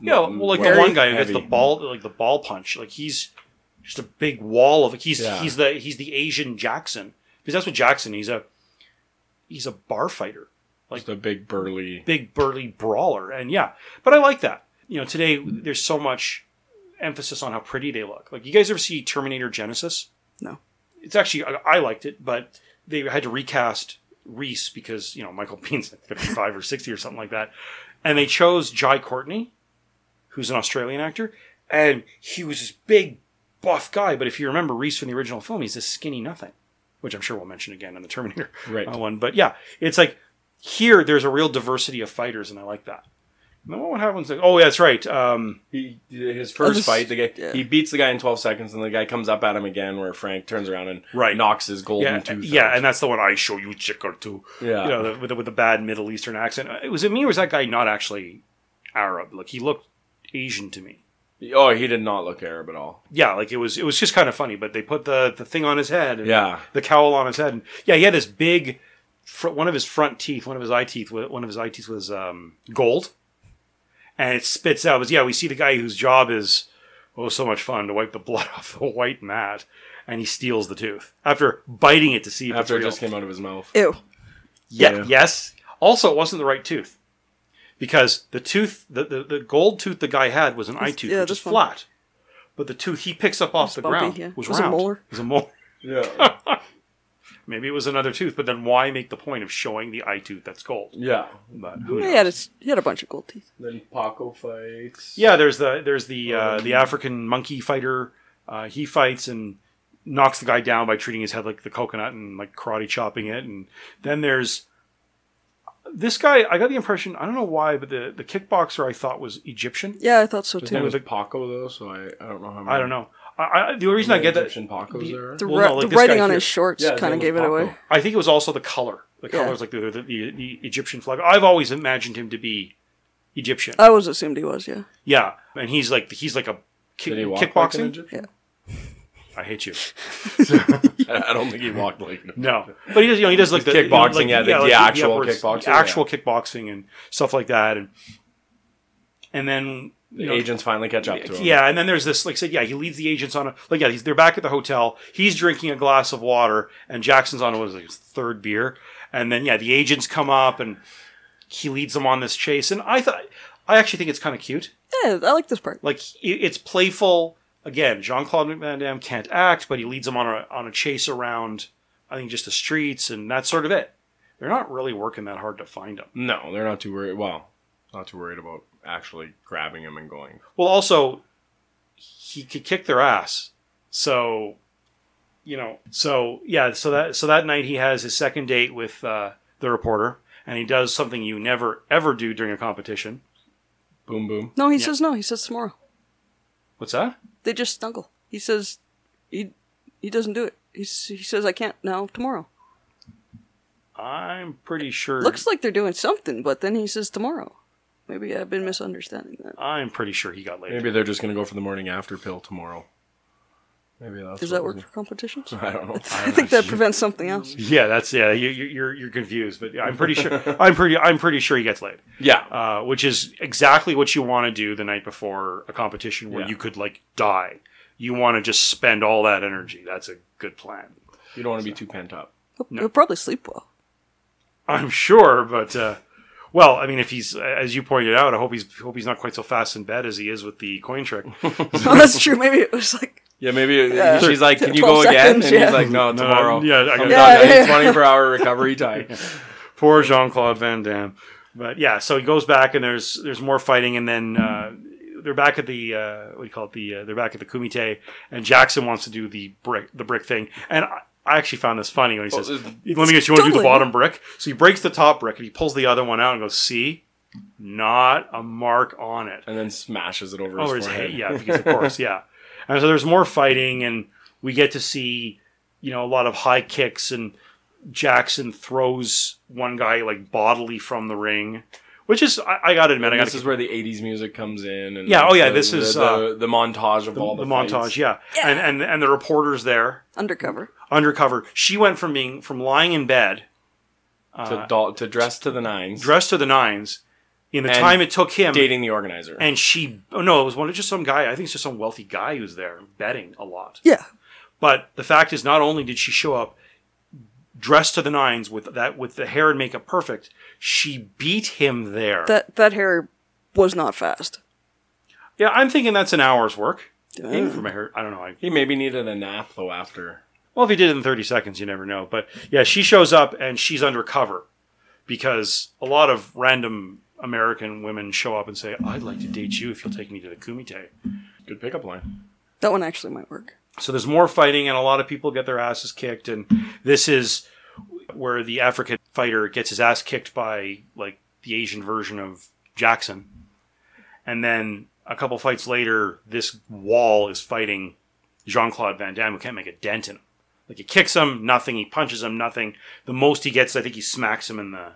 C: Yeah, well, like the
B: Very
C: one guy who gets the
B: heavy.
C: ball, like the ball punch, like he's just a big wall of. He's
B: Yeah.
C: he's the he's the Asian Jackson because that's what Jackson. He's a he's a bar fighter,
B: just a big burly.
C: big burly brawler, and yeah. But I like that. You know, today there's so much emphasis on how pretty they look. Like you guys ever see Terminator Genesis?
A: No.
C: It's actually I, I liked it, but they had to recast Reese because you know Michael [LAUGHS] Bean's like fifty-five or sixty or something like that, and they chose Jai Courtney, who's an Australian actor, and he was this big buff guy. But if you remember Reese from the original film, he's this skinny nothing, which I'm sure we'll mention again in the Terminator
B: Right.
C: uh, one. But yeah, it's like here there's a real diversity of fighters, and I like that. And then what happens? Like, oh, yeah, that's right. Um,
B: He, his
A: Oh,
B: first
A: this-
B: fight, the guy
A: yeah.
B: he beats the guy in twelve seconds, and the guy comes up at him again, where Frank turns around and
C: Right.
B: knocks his golden
C: yeah,
B: tooth.
C: yeah,
B: out.
C: and that's the one I show you, chick or two.
B: Yeah.
C: you know, the, with, the, with the bad Middle Eastern accent. Uh, Was it me or was that guy not actually Arab? Like he looked Asian to me.
B: oh, he did not look Arab at all.
C: Yeah, like it was. It was just kind of funny. But they put the the thing on his head. And
B: Yeah.
C: the cowl on his head. And yeah, he had this big. Fr- one of his front teeth, one of his eye teeth, wa- one of his eye teeth was um, gold, and it spits out. But yeah, we see the guy whose job is oh so much fun to wipe the blood [LAUGHS] off the white mat, and he steals the tooth after biting it to see if
B: After
C: it's
B: it
C: real.
B: just came out of his
C: [LAUGHS]
B: mouth.
A: Ew.
C: Yeah.
B: Yeah.
C: Yes. Also, it wasn't the right tooth because the tooth, the, the, the gold tooth the guy had was an eye tooth,
A: yeah,
C: which is
A: this one.
C: flat. But the tooth he picks up off the
A: bumpy,
C: ground
A: yeah.
C: was
A: It was a
C: round.
A: molar.
C: It was a molar.
B: Yeah,
C: Maybe it was another tooth, but then why make the point of showing the eye tooth that's gold?
B: yeah.
C: But who
A: He
C: knows?
A: had, a, he had a bunch of gold teeth.
B: Then Paco fights.
C: Yeah, there's the there's the
B: Oh,
C: uh, the African monkey fighter. Uh, he fights and knocks the guy down by treating his head like the coconut and like karate chopping it. And then there's this guy. I got the impression I don't know why, but the the kickboxer I thought was Egyptian.
A: Yeah, I thought so
B: his name
A: too.
B: was Paco though, so I, I don't know how. Many,
C: I don't know. I, I, the only reason I get that
B: Egyptian Pacos
C: the-
B: there.
A: The,
C: Well,
A: ri-
C: no, like
A: the
C: this guy
A: writing on
C: here.
A: his shorts
B: Yeah, his
A: kind
B: name
A: of
B: was
A: gave it
B: Paco.
A: away.
C: I think it was also the color. The
A: Yeah.
C: colors like the the, the the Egyptian flag. I've always imagined him to be Egyptian.
B: Uh.
A: I always assumed he was, yeah.
C: yeah, and he's like he's like a kick,
B: Did he walk Like an
C: kickboxing.
B: Egyptian? [LAUGHS]
C: I hate you.
B: I I don't think he walked like.
C: No, but he does. You know, he does like the
B: Kickboxing, yeah, the- the actual
C: upwards-
B: kickboxing,
C: the actual kickboxing, and stuff like that, and and then you
B: The
C: know,
B: agents finally catch up to him.
C: yeah, and then there's this, like I said, yeah, he leads the agents on a, like, yeah, he's, they're back at the hotel. He's drinking a glass of water, and Jackson's on, what was it, his third beer. And then, yeah, the agents come up, and he leads them on this chase. And I thought, I actually think it's kind of cute.
A: Yeah, I like this part.
C: Like, it, it's playful. Again, Jean Claude Van Damme can't act, but he leads them on a, on a chase around, I think, just the streets, and that's sort of it. They're not really working that hard to find him.
B: No, they're not too worried. Well, not too worried about actually grabbing him and going.
C: Well, also, he could kick their ass. So, you know, so yeah, so that so that night he has his second date with uh, the reporter, and he does something you never ever do during a competition.
B: Boom, boom.
A: No, he says no. He says tomorrow.
C: What's that?
A: They just snuggle. He says he he doesn't do it. He's, he says I can't now tomorrow.
C: I'm pretty sure.
A: Looks like they're doing something, but then he says tomorrow. Maybe I've been misunderstanding that.
C: I'm pretty sure he got laid.
B: Maybe they're just gonna go for the morning after pill tomorrow. Maybe that's
A: Does
B: what
A: that
B: it
A: work
B: is.
A: for competitions?
B: [LAUGHS] I don't
A: [LAUGHS]
B: know.
A: I think that prevents something else.
C: Yeah, that's yeah. You, you, you're you're confused, but I'm pretty sure. I'm pretty I'm pretty sure he gets laid.
B: [LAUGHS] yeah.
C: uh, which is exactly what you want to do the night before a competition where
B: Yeah.
C: you could like die. You want to just spend all that energy. That's a good plan.
B: you don't want to be too pent up.
A: He'll, he'll probably sleep well.
C: [LAUGHS]
A: [LAUGHS]
C: I'm sure, but uh, well, I mean, if he's as you pointed out, I hope he's hope he's not quite so fast in bed as he is with the coin trick.
A: oh, that's true. Maybe it was like
B: Yeah, maybe uh,
A: Yeah.
B: she's like, "Can you
A: 12
B: go again?"
A: seconds,
B: And
A: yeah.
B: he's like, "No,
C: [LAUGHS] No,
B: tomorrow."
C: yeah, I
B: I'm
C: got-
B: done. I
A: Yeah,
B: need
A: yeah. [LAUGHS]
B: 24 hour recovery time.
C: Poor Jean Claude Van Damme. But yeah, so he goes back and there's there's more fighting, and then uh, they're back at the uh, what do you call it? The uh, they're back at the Kumite, and Jackson wants to do the brick the brick thing, and. I, I actually found this funny when he says,
B: it's-
C: "Let me guess, you want to do the
A: Totally.
C: bottom brick?" So he breaks the top brick and he pulls the other one out and goes, "See, not a mark on it."
B: And then smashes it over,
C: Over
B: his
C: his
B: forehead. [LAUGHS]
C: head, yeah, because of course, yeah. And so there's more fighting, and we get to see, you know, a lot of high kicks, and Jackson throws one guy like bodily from the ring, which is I, I gotta admit, I
B: And
C: gotta
B: this is where the '80s music comes in. And
C: Yeah, oh yeah,
B: the-
C: this
B: the-
C: is,
B: the,
C: uh,
B: the montage of all
C: the
B: the,
C: montage,
B: fights.
C: yeah. and and and the reporters there
A: undercover.
C: undercover. She went from being from lying in bed,
B: to, doll, to dress to the nines,
C: dressed to the nines, in the
B: And
C: time it took him
B: dating the organizer.
C: And she, oh no, it was one, just some guy. I think it's just some wealthy guy who's there betting a lot.
A: Yeah,
C: But the fact is, not only did she show up dressed to the nines with that with the hair and makeup perfect, she beat him there.
A: that that hair was not fast.
C: Yeah, I'm thinking that's an hour's work.
A: Yeah.
C: From my hair, I don't know. I,
B: He maybe needed a nap though after.
C: well, if he did it in 30 seconds, you never know. But yeah, she shows up and she's undercover because a lot of random American women show up and say, "I'd like to date you if you'll take me to the kumite."
B: Good pickup line.
A: That one actually might work.
C: So there's more fighting, and a lot of people get their asses kicked. And this is where the African fighter gets his ass kicked by like the Asian version of Jackson. And then a couple fights later, this wall is fighting Jean Claude Van Damme, who can't make a dent in him. Like he kicks him, nothing. He punches him, nothing. The most he gets, I think, he smacks him in the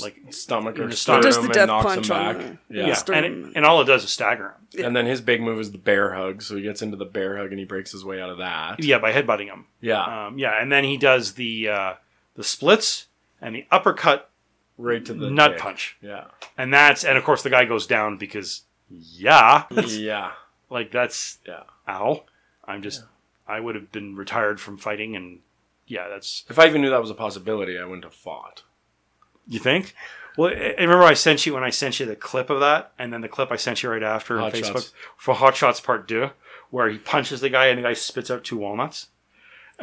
C: like.
B: Stomach or
C: Just
B: sternum
C: the
B: and
A: death
B: knocks
A: punch
B: him
A: on
B: back.
A: the-
B: yeah.
C: Yeah, and, it, and all it does is stagger him.
B: And then his big move is the bear hug. So he gets into the bear hug and he breaks his way out of that.
C: Yeah, by headbutting him.
B: Yeah.
C: Um, yeah, and then he does the uh, the splits and the uppercut
B: right to the
C: nut
B: dick.
C: punch.
B: Yeah.
C: And that's and of course the guy goes down because
B: [LAUGHS]
C: yeah,
B: yeah.
C: like that's
B: Yeah.
C: ow. I'm just I would have been retired from fighting and yeah, that's
B: If I even knew that was a possibility, I wouldn't have fought.
C: you think. Well, I I remember I sent you when I sent you the clip of that, and then the clip I sent you right after on
B: Hot
C: Facebook
B: Shots.
C: for Hot Shots Part Two, where he punches the guy and the guy spits out two walnuts. [LAUGHS]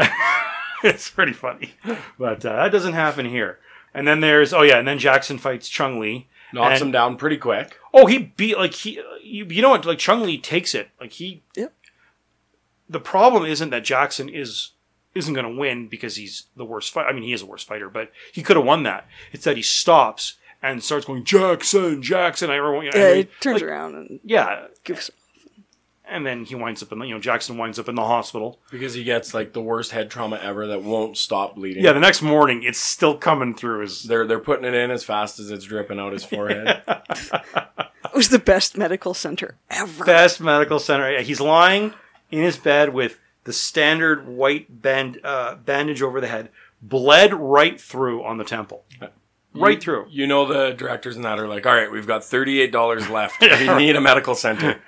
C: it's pretty funny, but uh, that doesn't happen here. And then there's oh yeah, and then Jackson fights Chung Lee,
B: Knocks
C: And-
B: him down pretty quick.
C: Oh, he beat like he. You, you know what? Like Chung Lee takes it. Like he.
A: Yep.
C: The problem isn't that Jackson is isn't going to win because he's the worst fight. I mean, he is the worst fighter, but he could have won that. It's that he stops and starts going Jackson, Jackson. I everyone.
A: Yeah,
C: I mean,
A: he turns
C: like,
A: around and
C: Yeah,
A: gives.
C: and then he winds up in the, you know Jackson winds up in the hospital.
B: Because he gets like the worst head trauma ever that won't stop bleeding.
C: Yeah, the next morning it's still coming through his.
B: They're they're putting it in as fast as it's dripping out his
C: [LAUGHS]
B: forehead.
A: It was the best medical center ever.
C: best medical center. Yeah, He's lying in his bed with the standard white band uh, bandage over the head, bled right through on the temple, right through.
B: You know the directors and that are like, all right, we've got thirty eight
C: [LAUGHS]
B: dollars left. We need a medical center.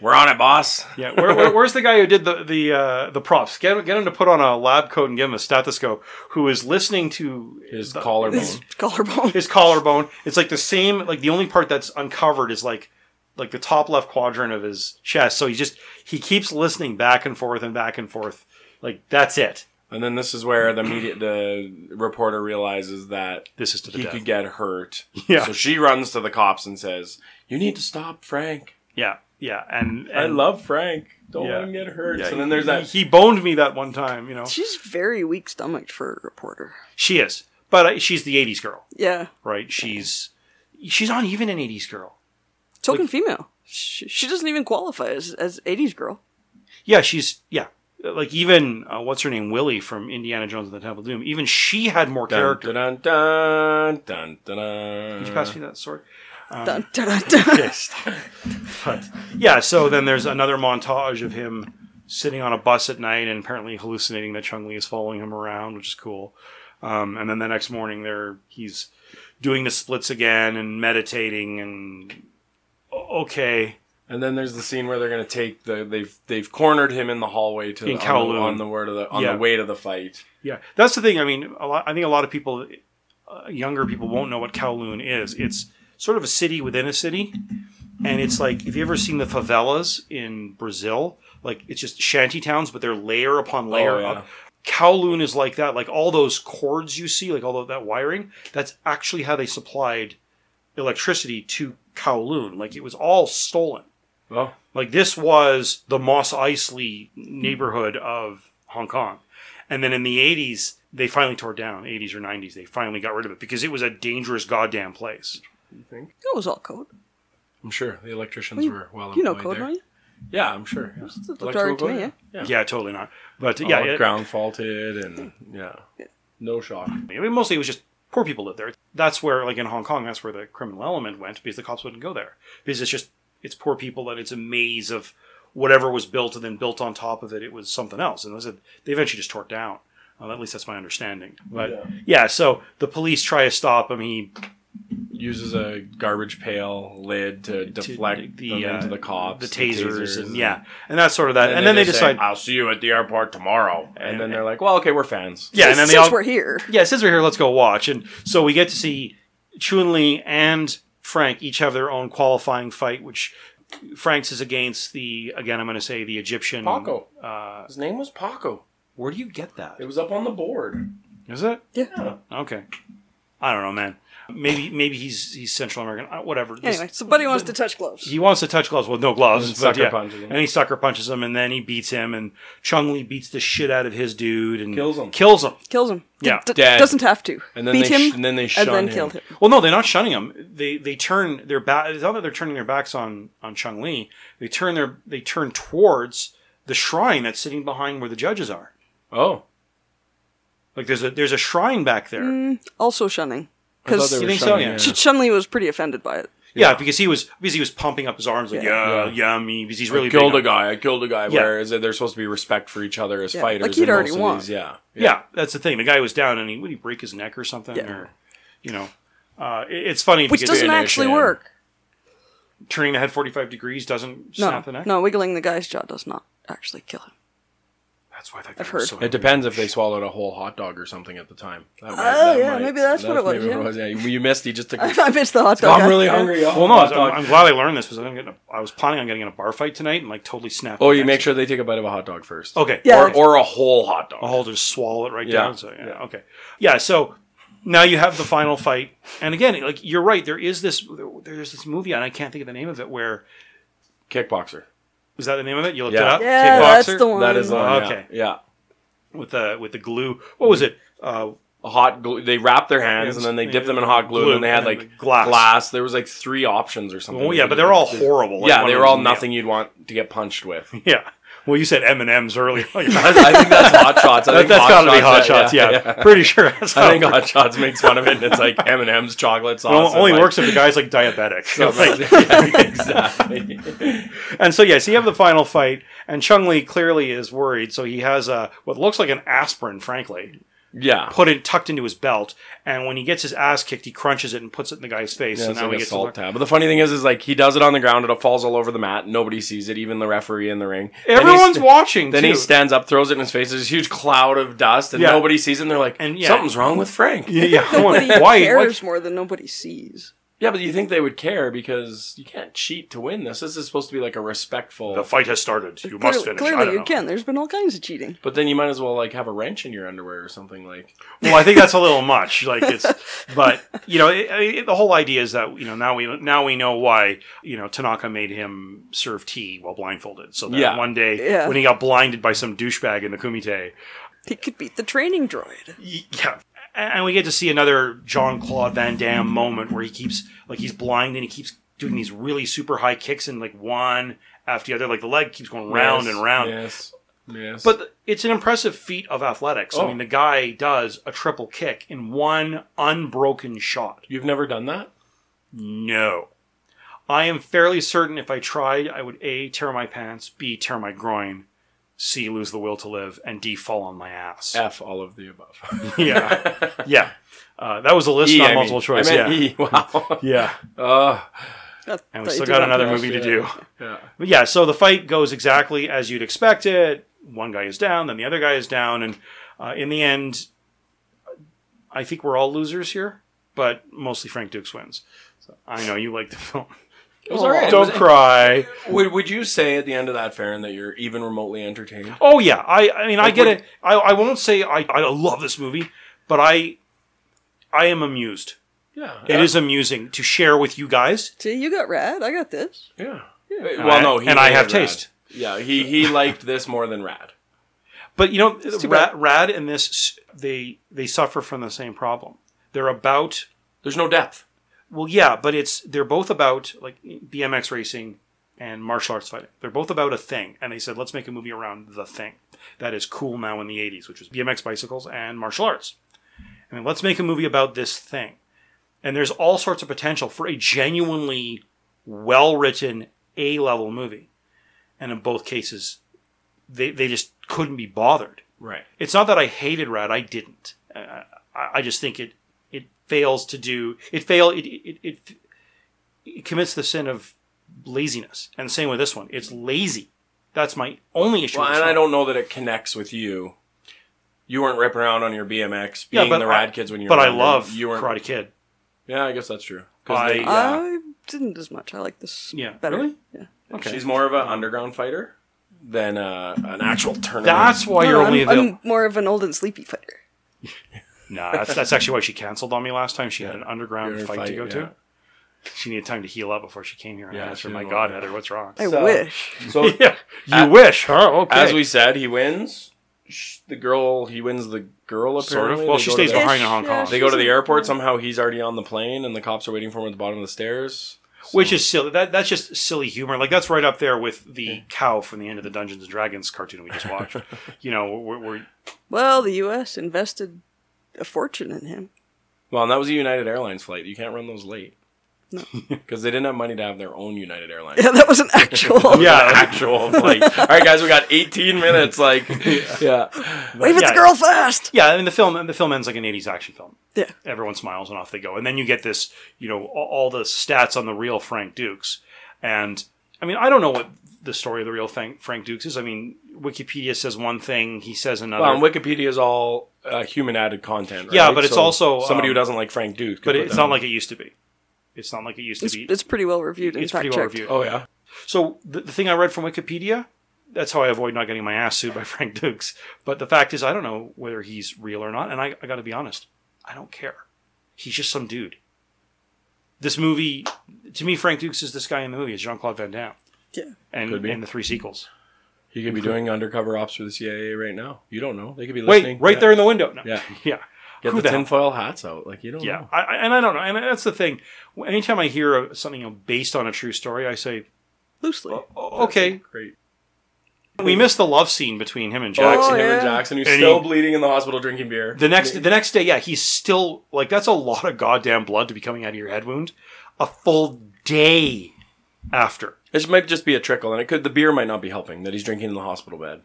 B: We're on it, boss.
C: Yeah, where, where, where's the guy who did the the uh, the props? Get him, get him to put on a lab coat and give him a stethoscope. Who is listening to
B: His
C: the-
B: collarbone.
C: [LAUGHS]
A: Collarbone.
C: his collarbone? It's like the same. Like the only part that's uncovered is like like the top left quadrant of his chest. So he just he keeps listening back and forth and back and forth. Like that's it.
B: And then this is where the media, the reporter realizes that
C: This is to the
B: he
C: death.
B: could get hurt.
C: Yeah.
B: So she runs to the cops and says, "You need to stop Frank.
C: Yeah, yeah, and, and
B: I love Frank. Don't
C: Yeah.
B: let him get hurt."
C: Yeah,
B: so then there's that.
C: he boned me that one time. You know,
A: She's very weak stomached for a reporter.
C: she is, but uh, she's the '80s girl,
A: Yeah.
C: right? She's she's not even an '80s girl.
A: Token female. She, she doesn't even qualify as, as 80s girl.
C: Yeah, she's yeah. Like even uh, what's her name, Willie from Indiana Jones and the Temple of Doom. Even she had more
B: Dun,
C: character.
B: dun, dun, dun, dun, dun. uh,
C: Did you pass me that sword? Um,
A: Dun, dun, dun, dun.
B: [LAUGHS]
C: But yeah, so then there's another montage of him sitting on a bus at night and apparently hallucinating that Chung Li is following him around, which is cool. Um, and then the next morning, there he's doing the splits again and meditating and o- okay,
B: And then there's the scene where they're gonna take the they've they've cornered him in the hallway to
C: In
B: the, on, the,
C: Kowloon.
B: on the word of the on
C: Yeah.
B: the way to the fight.
C: yeah, that's the thing. I mean, a lot, I think a lot of people, uh, younger people, won't know what Kowloon is. It's sort of a city within a city, and it's like if you ever seen the favelas in Brazil, like it's just shanty towns, but they're layer upon layer
B: Oh, yeah.
C: up. Kowloon is like that. Like all those cords you see, like all of that wiring, that's actually how they supplied electricity to Kowloon. Like it was all stolen.
B: Well,
C: Like this was the Moss Isley neighborhood of Hong Kong. And then in the 80s, they finally tore it down. 80s or 90s, they finally got rid of it because it was a dangerous goddamn place.
A: That was all code.
B: I'm sure the electricians were well
A: You know
B: employed
A: code,
B: there.
A: don't you?
B: Yeah, I'm sure. Yeah.
A: It looked
B: Electrical
A: alright to me, yeah.
B: code? Yeah.
C: Yeah, totally not. But
B: yeah,
C: yeah, it,
B: ground faulted and yeah, no shock.
C: I mean, mostly it was just poor people lived there. That's where, like in Hong Kong, that's where the criminal element went because the cops wouldn't go there because it's just it's poor people and it's a maze of whatever was built and then built on top of it. It was something else, and those are- they eventually just tore it down. Well, at least that's my understanding. But yeah.
B: Yeah.
C: so the police try to stop him. He
B: Uses a garbage pail lid to deflect
C: the,
B: them
C: uh,
B: into the cops,
C: the tasers, and, yeah, and that's sort of that. And, then, they,
B: say, "Ah,
C: decide.
B: "I'll see you at the airport tomorrow." And,
C: And-
B: then they're like, "Well, okay, we're fans."
C: yeah, and then they
A: Since
C: all
A: we're here.
C: yeah, since we're here, let's go watch. And so we get to see Chun Li and Frank each have their own qualifying fight, which Franks is against the again. I'm going to say the Egyptian.
B: Paco.
C: Uh,
B: His name was Paco.
C: where do you get that?
B: It was up on the board.
C: Is it?
B: Yeah.
C: Okay. I don't know, man. Maybe maybe he's he's Central American. Uh, whatever. This-
A: Anyway, somebody wants to touch gloves.
C: he wants to touch gloves with no gloves.
B: And
C: but
B: sucker
C: yeah.
B: punches him.
C: And he sucker punches him, and then he beats him, and Chung Lee beats the shit out of his dude and
B: Kills him.
C: Kills him.
A: Kills him.
C: Yeah.
A: D-
B: Dead.
A: Doesn't have to.
B: And then
A: Beat
B: they sh-
A: him.
B: and then they
A: and
B: shun
A: then
B: him.
A: killed him.
C: Well, no, they're not shunning him. They they turn their back. It's not that they're turning their backs on on Chung Lee. They turn their they turn towards the shrine that's sitting behind where the judges are.
B: Oh.
C: Like there's a there's a shrine back there.
A: Mm. Also shunning.
B: I thought
A: Because
B: they were
C: You think so?
B: shunning,
C: Yeah.
B: yeah.
A: Chun Li was pretty offended by it.
C: Yeah, because he was because he was pumping up his arms like yeah
B: Yeah.
C: yeah, me because he's really
B: I killed
C: big on-
B: a guy. I killed a guy.
C: Yeah.
B: Whereas they're supposed to be respect for each other as
A: Yeah.
B: fighters.
A: Like he'd
B: and
A: already
B: most of
A: won.
B: these- Yeah.
C: Yeah. the thing. The guy was down and he would he break his neck or something
A: Yeah.
C: or you know. Uh, it- it's funny
A: Which
C: because
A: doesn't
B: finish
A: actually
B: him.
A: work.
C: turning the head 45 degrees doesn't
A: No.
C: snap the neck.
A: No, wiggling the guy's jaw does not actually kill him. [LAUGHS]
C: That's why that guy
A: I've
C: was
A: heard.
C: so
B: It depends if they swallowed a whole hot dog or something at the time. That might-
A: Oh,
B: that
A: yeah, maybe that's what it was,
B: maybe
A: yeah.
B: Yeah, you you missed. You
A: [LAUGHS]
B: just took. [LAUGHS] a-
A: I missed the hot dog.
B: I'm
A: guy.
B: really hungry.
C: Well, no, I'm, I'm glad I learned this because I'm getting a, I was planning on getting in a bar fight tonight and like totally snap.
B: Oh,
C: the
B: you
C: neck.
B: make sure they take a bite of a hot dog first.
C: Okay.
A: Yeah.
B: Or, or a whole hot dog.
C: I'll hold it, swallow it right
B: Yeah.
C: down. So yeah, okay, yeah. So now you have the final fight, and again, like you're right. There is this. There's this movie, and I can't think of the name of it. Where
B: Kickboxer.
C: was that the name of it? You looked it
B: Yeah.
C: up.
A: Yeah,
C: Kickboxer?
A: that's the one.
B: That is the one, yeah.
C: Okay.
B: Yeah.
C: with the with the glue. What was it? Uh,
B: A Hot glue. They wrap their hands and then they dip them in hot glue,
C: Glue,
B: and they had
C: and then
B: like
C: the glass.
B: There was like three options or something.
C: oh yeah, but they're all horrible. Like,
B: yeah,
C: one
B: they
C: of
B: were all
C: them's nailed.
B: nothing you'd want to get punched with.
C: Yeah. Well, you said M and M's earlier.
B: [LAUGHS]
C: [LAUGHS]
B: I think that's hot shots. I
C: That,
B: think
C: that's
B: hot
C: got
B: shots,
C: to be hot
B: [LAUGHS]
C: shots. Yeah, pretty sure. That's how
B: I think
C: it
B: hot shots makes fun of it. And it's
C: [LAUGHS]
B: like M and M's chocolate sauce.
C: works.
B: and,
C: only
B: like,
C: works if the guy's like diabetic. [LAUGHS] Like-
B: [LAUGHS] yeah, exactly.
C: And so yes, you have the final fight, and Chung Li clearly is worried, so he has uh, what looks like an aspirin, frankly,
B: Yeah.
C: put in tucked into his belt. And when he gets his ass kicked, he crunches it and puts it in the guy's face.
B: Yeah,
C: and
B: it's
C: now
B: like
C: he
B: a
C: gets
B: salt
C: to
B: tab. But the funny thing is, is like he does it on the ground. It falls all over the mat. Nobody sees it, even the referee in the ring. Then he
C: Everyone's
B: st-
C: watching.
B: Then
C: too.
B: he stands up, throws it in his face. There's a huge cloud of dust, and
C: Yeah.
B: nobody sees it. And they're like,
C: And, yeah.
B: "Something's wrong with Frank."
C: Yeah,
A: [LAUGHS]
C: yeah. I
A: [LAUGHS] Nobody
C: wonder why?
A: cares more than nobody sees.
B: Yeah, but you think they would care because you can't cheat to win this. This is supposed to be like a respectful.
C: why- The fight has started. You
A: Clearly,
C: must finish. I
A: clearly
C: don't
A: you
C: know.
A: can. There's been all kinds of cheating.
B: but then you might as well like have a wrench in your underwear or something like.
C: Well, I think that's a little much. Like it's, but you know, it, it, the whole idea is that you know now we now we know why you know Tanaka made him serve tea while blindfolded. So that
B: Yeah.
C: one day
A: Yeah.
C: when he got blinded by some douchebag in the kumite,
A: He could beat the training droid.
C: yeah. And and we get to see another Jean Claude Van Damme moment where he keeps like he's blind and he keeps doing these really super high kicks and like one after the other, like the leg keeps going round
B: Yes,
C: and round.
B: Yes. Yes.
C: But it's an impressive feat of athletics. I
B: Oh.
C: mean, the guy does a triple kick in one unbroken shot.
B: you've never done that.
C: No. I am fairly certain if I tried, I would A, tear my pants, B, tear my groin, C, lose the will to live, and D, fall on my ass.
B: F all of the
C: [LAUGHS]
B: above.
C: Yeah.
B: [LAUGHS]
C: yeah. Uh, that was a list,
B: E, I
C: not
B: mean.
C: multiple choice.
B: I
C: Yeah.
B: meant E. [LAUGHS] Wow.
C: Yeah.
B: Ugh.
C: And we still got another
B: have to
C: movie to
B: watch
C: do.
B: yeah.
C: But yeah, so the fight goes exactly as you'd expect it. One guy is down, then the other guy is down, and uh, in the end, I think we're all losers here. But mostly Frank Dukes wins. So I know you like the film.
B: It was all right. [LAUGHS] It
C: Oh, Don't
B: was- [LAUGHS]
C: cry.
B: Would, would you say at the end of that, Farron, that you're even remotely entertained?
C: Oh yeah, I I mean I
B: Like,
C: get
B: we're-
C: it. I, I won't say I, I love this movie, but I I am amused.
B: Yeah,
C: It is amusing to share with you guys.
A: See, you got rad. I got this.
B: Yeah. Well,
C: I-
B: no, he
C: and I
B: hated
C: have
B: Rad.
C: taste.
B: Yeah, he he [LAUGHS] liked this more than Rad.
C: But you know,
A: too
C: Rad, Rad and this they they suffer from the same problem. They're about
B: There's no depth.
C: Well, yeah, but it's they're both about like BMX racing and martial arts fighting. They're both about a thing, and they said let's make a movie around the thing that is cool now in the '80s, which was BMX bicycles and martial arts. I mean, let's make a movie about this thing, and there's all sorts of potential for a genuinely well-written A-level movie, and in both cases, they they just couldn't be bothered
B: Right.
C: it's not that I hated Rad. I didn't. Uh, I, I just think it it fails to do it. Fail it it, it it commits the sin of laziness. And same with this one. It's lazy. That's my only issue.
B: Well,
C: with
B: and
C: this
B: I
C: one.
B: don't know that it connects with you. You weren't ripping around on your BMX,
C: Yeah,
B: being
C: but
B: the Rad
C: I-
B: kids when you were
C: But I
B: younger.
C: love
B: you weren't,
C: Karate Kid.
A: Oh,
B: Yeah, I guess that's true.
C: I-
B: they- yeah.
A: I didn't as much. I like this
C: Yeah.
A: better.
C: Really?
A: Yeah.
C: Okay.
B: She's more of an underground fighter than uh, an actual tournament.
C: that's why you're
A: No,
C: only
A: I'm,
C: available.
A: I'm more of an old and sleepy fighter.
C: Nah, that's, that's actually why she canceled on me last time. She had an underground
B: You're
C: fight, to
B: fight,
C: go
B: yeah.
C: to. She needed time to heal up before she came here. And
B: Yeah,
C: I asked her,
B: she
C: "My
B: didn't
C: God,
B: want-
C: Heather, what's wrong?"
A: I
B: So-
A: wish.
B: so.
C: [LAUGHS] yeah, you
B: At-
C: wish, huh? Okay.
B: As we said, he wins. Sh- The girl, he wins the girl. Apparently,
C: sort of. Well,
B: They
C: she
B: go to
C: stays
B: the-
C: behind in Hong
A: Yeah,
C: Kong.
A: she-
B: They go to the airport. Somehow, he's already on the plane, and the cops are waiting for him at the bottom of the stairs.
C: Which is silly. That that's just silly humor. Like that's right up there with the cow from the end of the Dungeons and Dragons cartoon we just watched. you know, where, where
A: Well, the U.S. invested a fortune in him.
B: Well, and that was a United Airlines flight. You can't run those late. [LAUGHS]
A: No.
B: Because they didn't have money to have their own United
A: [LAUGHS]
B: Airlines. [LAUGHS]
A: Yeah, that was an Oh, actual.
C: [LAUGHS] Yeah.
B: An actual flight. All right, guys, we got 18 minutes. Like, yeah.
A: Wave at
C: [LAUGHS] Yeah.
A: the girl fast.
C: yeah, and the film the film ends like an '80s action film.
A: Yeah.
C: Everyone smiles and off they go, and then you get this. You know, all, all the stats on the real Frank Dukes, and I mean, I don't know what the story of the real Frank, Frank Dukes is. I mean, Wikipedia says one thing, he says another.
B: Well, and Wikipedia is all uh, human added content. Right?
C: Yeah, but it's also,
B: somebody who
C: um,
B: doesn't like Frank Duke. could
C: but
B: put
C: it's
B: that
C: not
B: on.
C: like it used to be. It's not like it used to
A: It's,
C: be.
A: it's pretty well reviewed and
C: It's pretty
A: fact
C: well
A: checked.
C: reviewed.
B: Oh yeah.
C: So the, the thing I read from Wikipedia, that's how I avoid not getting my ass sued by [LAUGHS] Frank Dukes. But the fact is, I don't know whether he's real or not, and I, I got to be honest, I don't care. He's just some dude. This movie, to me, Frank Dukes is this guy in the movie. It's Jean Claude Van Damme,
A: Yeah.
C: and
B: Could be.
C: and the three sequels.
B: He could be doing undercover ops for the CIA right now. You don't know. They could be listening.
C: Wait, right
B: Yeah.
C: there in the window. No.
B: Yeah.
C: [LAUGHS] yeah.
B: Get
C: Who
B: the
C: hell-
B: tinfoil hats out. Like you don't.
C: Yeah,
B: Know.
C: I, I- and I don't know, and that's the thing. Anytime I hear a, something based on a true story, I say,
A: Loosely.
C: "Oh, "Okay,
B: Great.
C: we missed the love scene between him and Jackson."
B: Jackson,
A: Oh,
B: him
A: yeah.
B: and Jackson, who's
C: And
B: still
C: he-
B: bleeding in the hospital drinking beer.
C: The next the next day, yeah, he's still like that's a lot of goddamn blood to be coming out of your head wound. A full day after.
B: This might just be a trickle, and it could. The beer might not be helping that he's drinking in the hospital bed.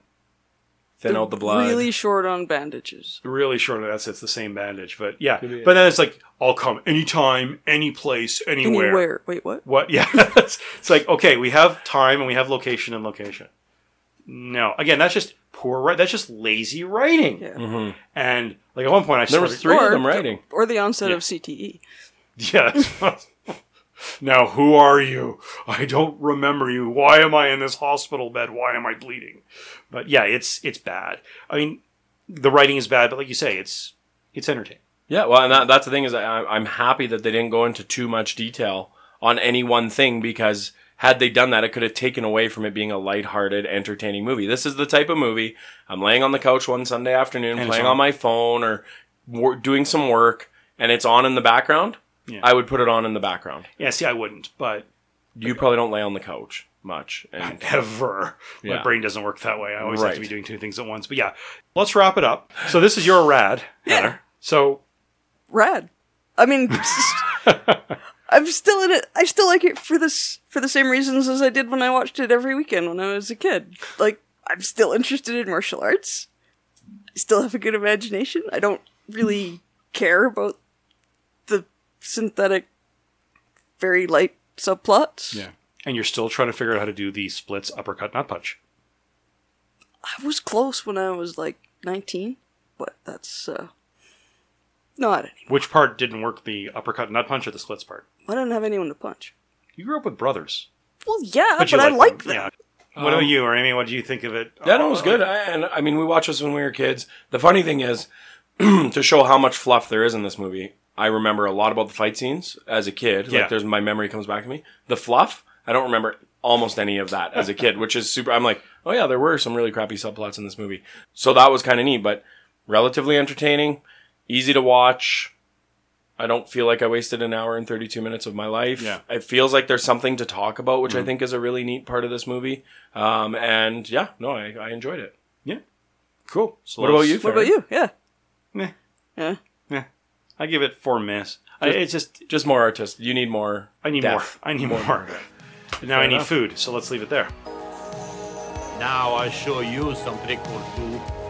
B: Thin out the blood.
A: Really short on bandages.
C: Really short of that's it's the same bandage, but yeah.
B: be-
C: But then it's like, I'll come anytime, any place, anywhere.
A: Anywhere. Wait, what?
C: What [LAUGHS] yeah. it's, it's like, okay, we have time and we have location and location. No. Again, that's just poor right that's just lazy writing.
A: Yeah.
C: And like at one point I
B: Mm-hmm. There was
C: started-
B: three
A: Or-
B: of them writing.
A: Or the onset of E. CTE.
C: Yeah. [LAUGHS] now, who are you? I don't remember you. Why am I in this hospital bed? Why am I bleeding? But yeah, it's it's bad. I mean, the writing is bad, but like you say, it's it's entertaining.
B: Yeah, well, and that, that's the thing is I, I'm happy that they didn't go into too much detail on any one thing because had they done that, it could have taken away from it being a lighthearted, entertaining movie. This is the type of movie I'm laying on the couch one Sunday afternoon,
C: it's
B: playing
C: on.
B: on my phone or wor- doing some work, and it's on in the background.
C: Yeah.
B: I would put it on in the background.
C: Yeah, see, I wouldn't, but [LAUGHS]
B: You probably don't lay on the couch much, and
C: ever. My
B: Yeah.
C: brain doesn't work that way. I always have to
B: Right.
C: be doing two things at once. But yeah, let's wrap it up. So this is your rad. Heather. So
A: Rad. I
C: [LAUGHS]
A: mean, I'm still in it. I still like it for this for the same reasons as I did when I watched it every weekend when I was a kid. Like I'm still interested in martial arts. I still have a good imagination. I don't really care about the synthetic, very light subplots.
C: and you're still trying to figure out how to do the splits, uppercut, not punch.
A: I was close when I was like 19, but that's uh, not any.
C: Which part didn't work? The uppercut, not punch, or the splits part?
A: I don't have anyone to punch.
C: You grew up with brothers.
A: Well, yeah, but,
C: you
A: I like
C: them,
A: them.
C: yeah. What
B: Um,
C: about you, or Amy? What did you think of it?
B: Yeah, no, it was good. I, and I mean, we watched this when we were kids. The funny thing is, [CLEARS THROAT] to show how much fluff there is in this movie, I remember a lot about the fight scenes as a kid.
C: Yeah.
B: Like, there's my memory comes back to me. The fluff, I don't remember almost any of that as a kid, which is super. I'm like, oh yeah, there were some really crappy subplots in this movie, so that was kind of neat, but relatively entertaining, easy to watch. I don't feel like I wasted an hour and 32 minutes of my life.
C: Yeah. Mm.
B: It feels like there's something to talk about, which I think is a really neat part of this movie. Um, and yeah, no, I, I enjoyed it.
C: Yeah, cool. So
B: What about
C: let's-
B: you?
A: What about you? Yeah.
C: Meh.
A: Yeah.
C: Meh. I give it four miss. I, it's just
B: Just more artist. You need more.
C: I need
B: depth.
C: more. I need more. And now I need
B: enough.
C: food, so let's leave it there.
E: Now I show you something cool too.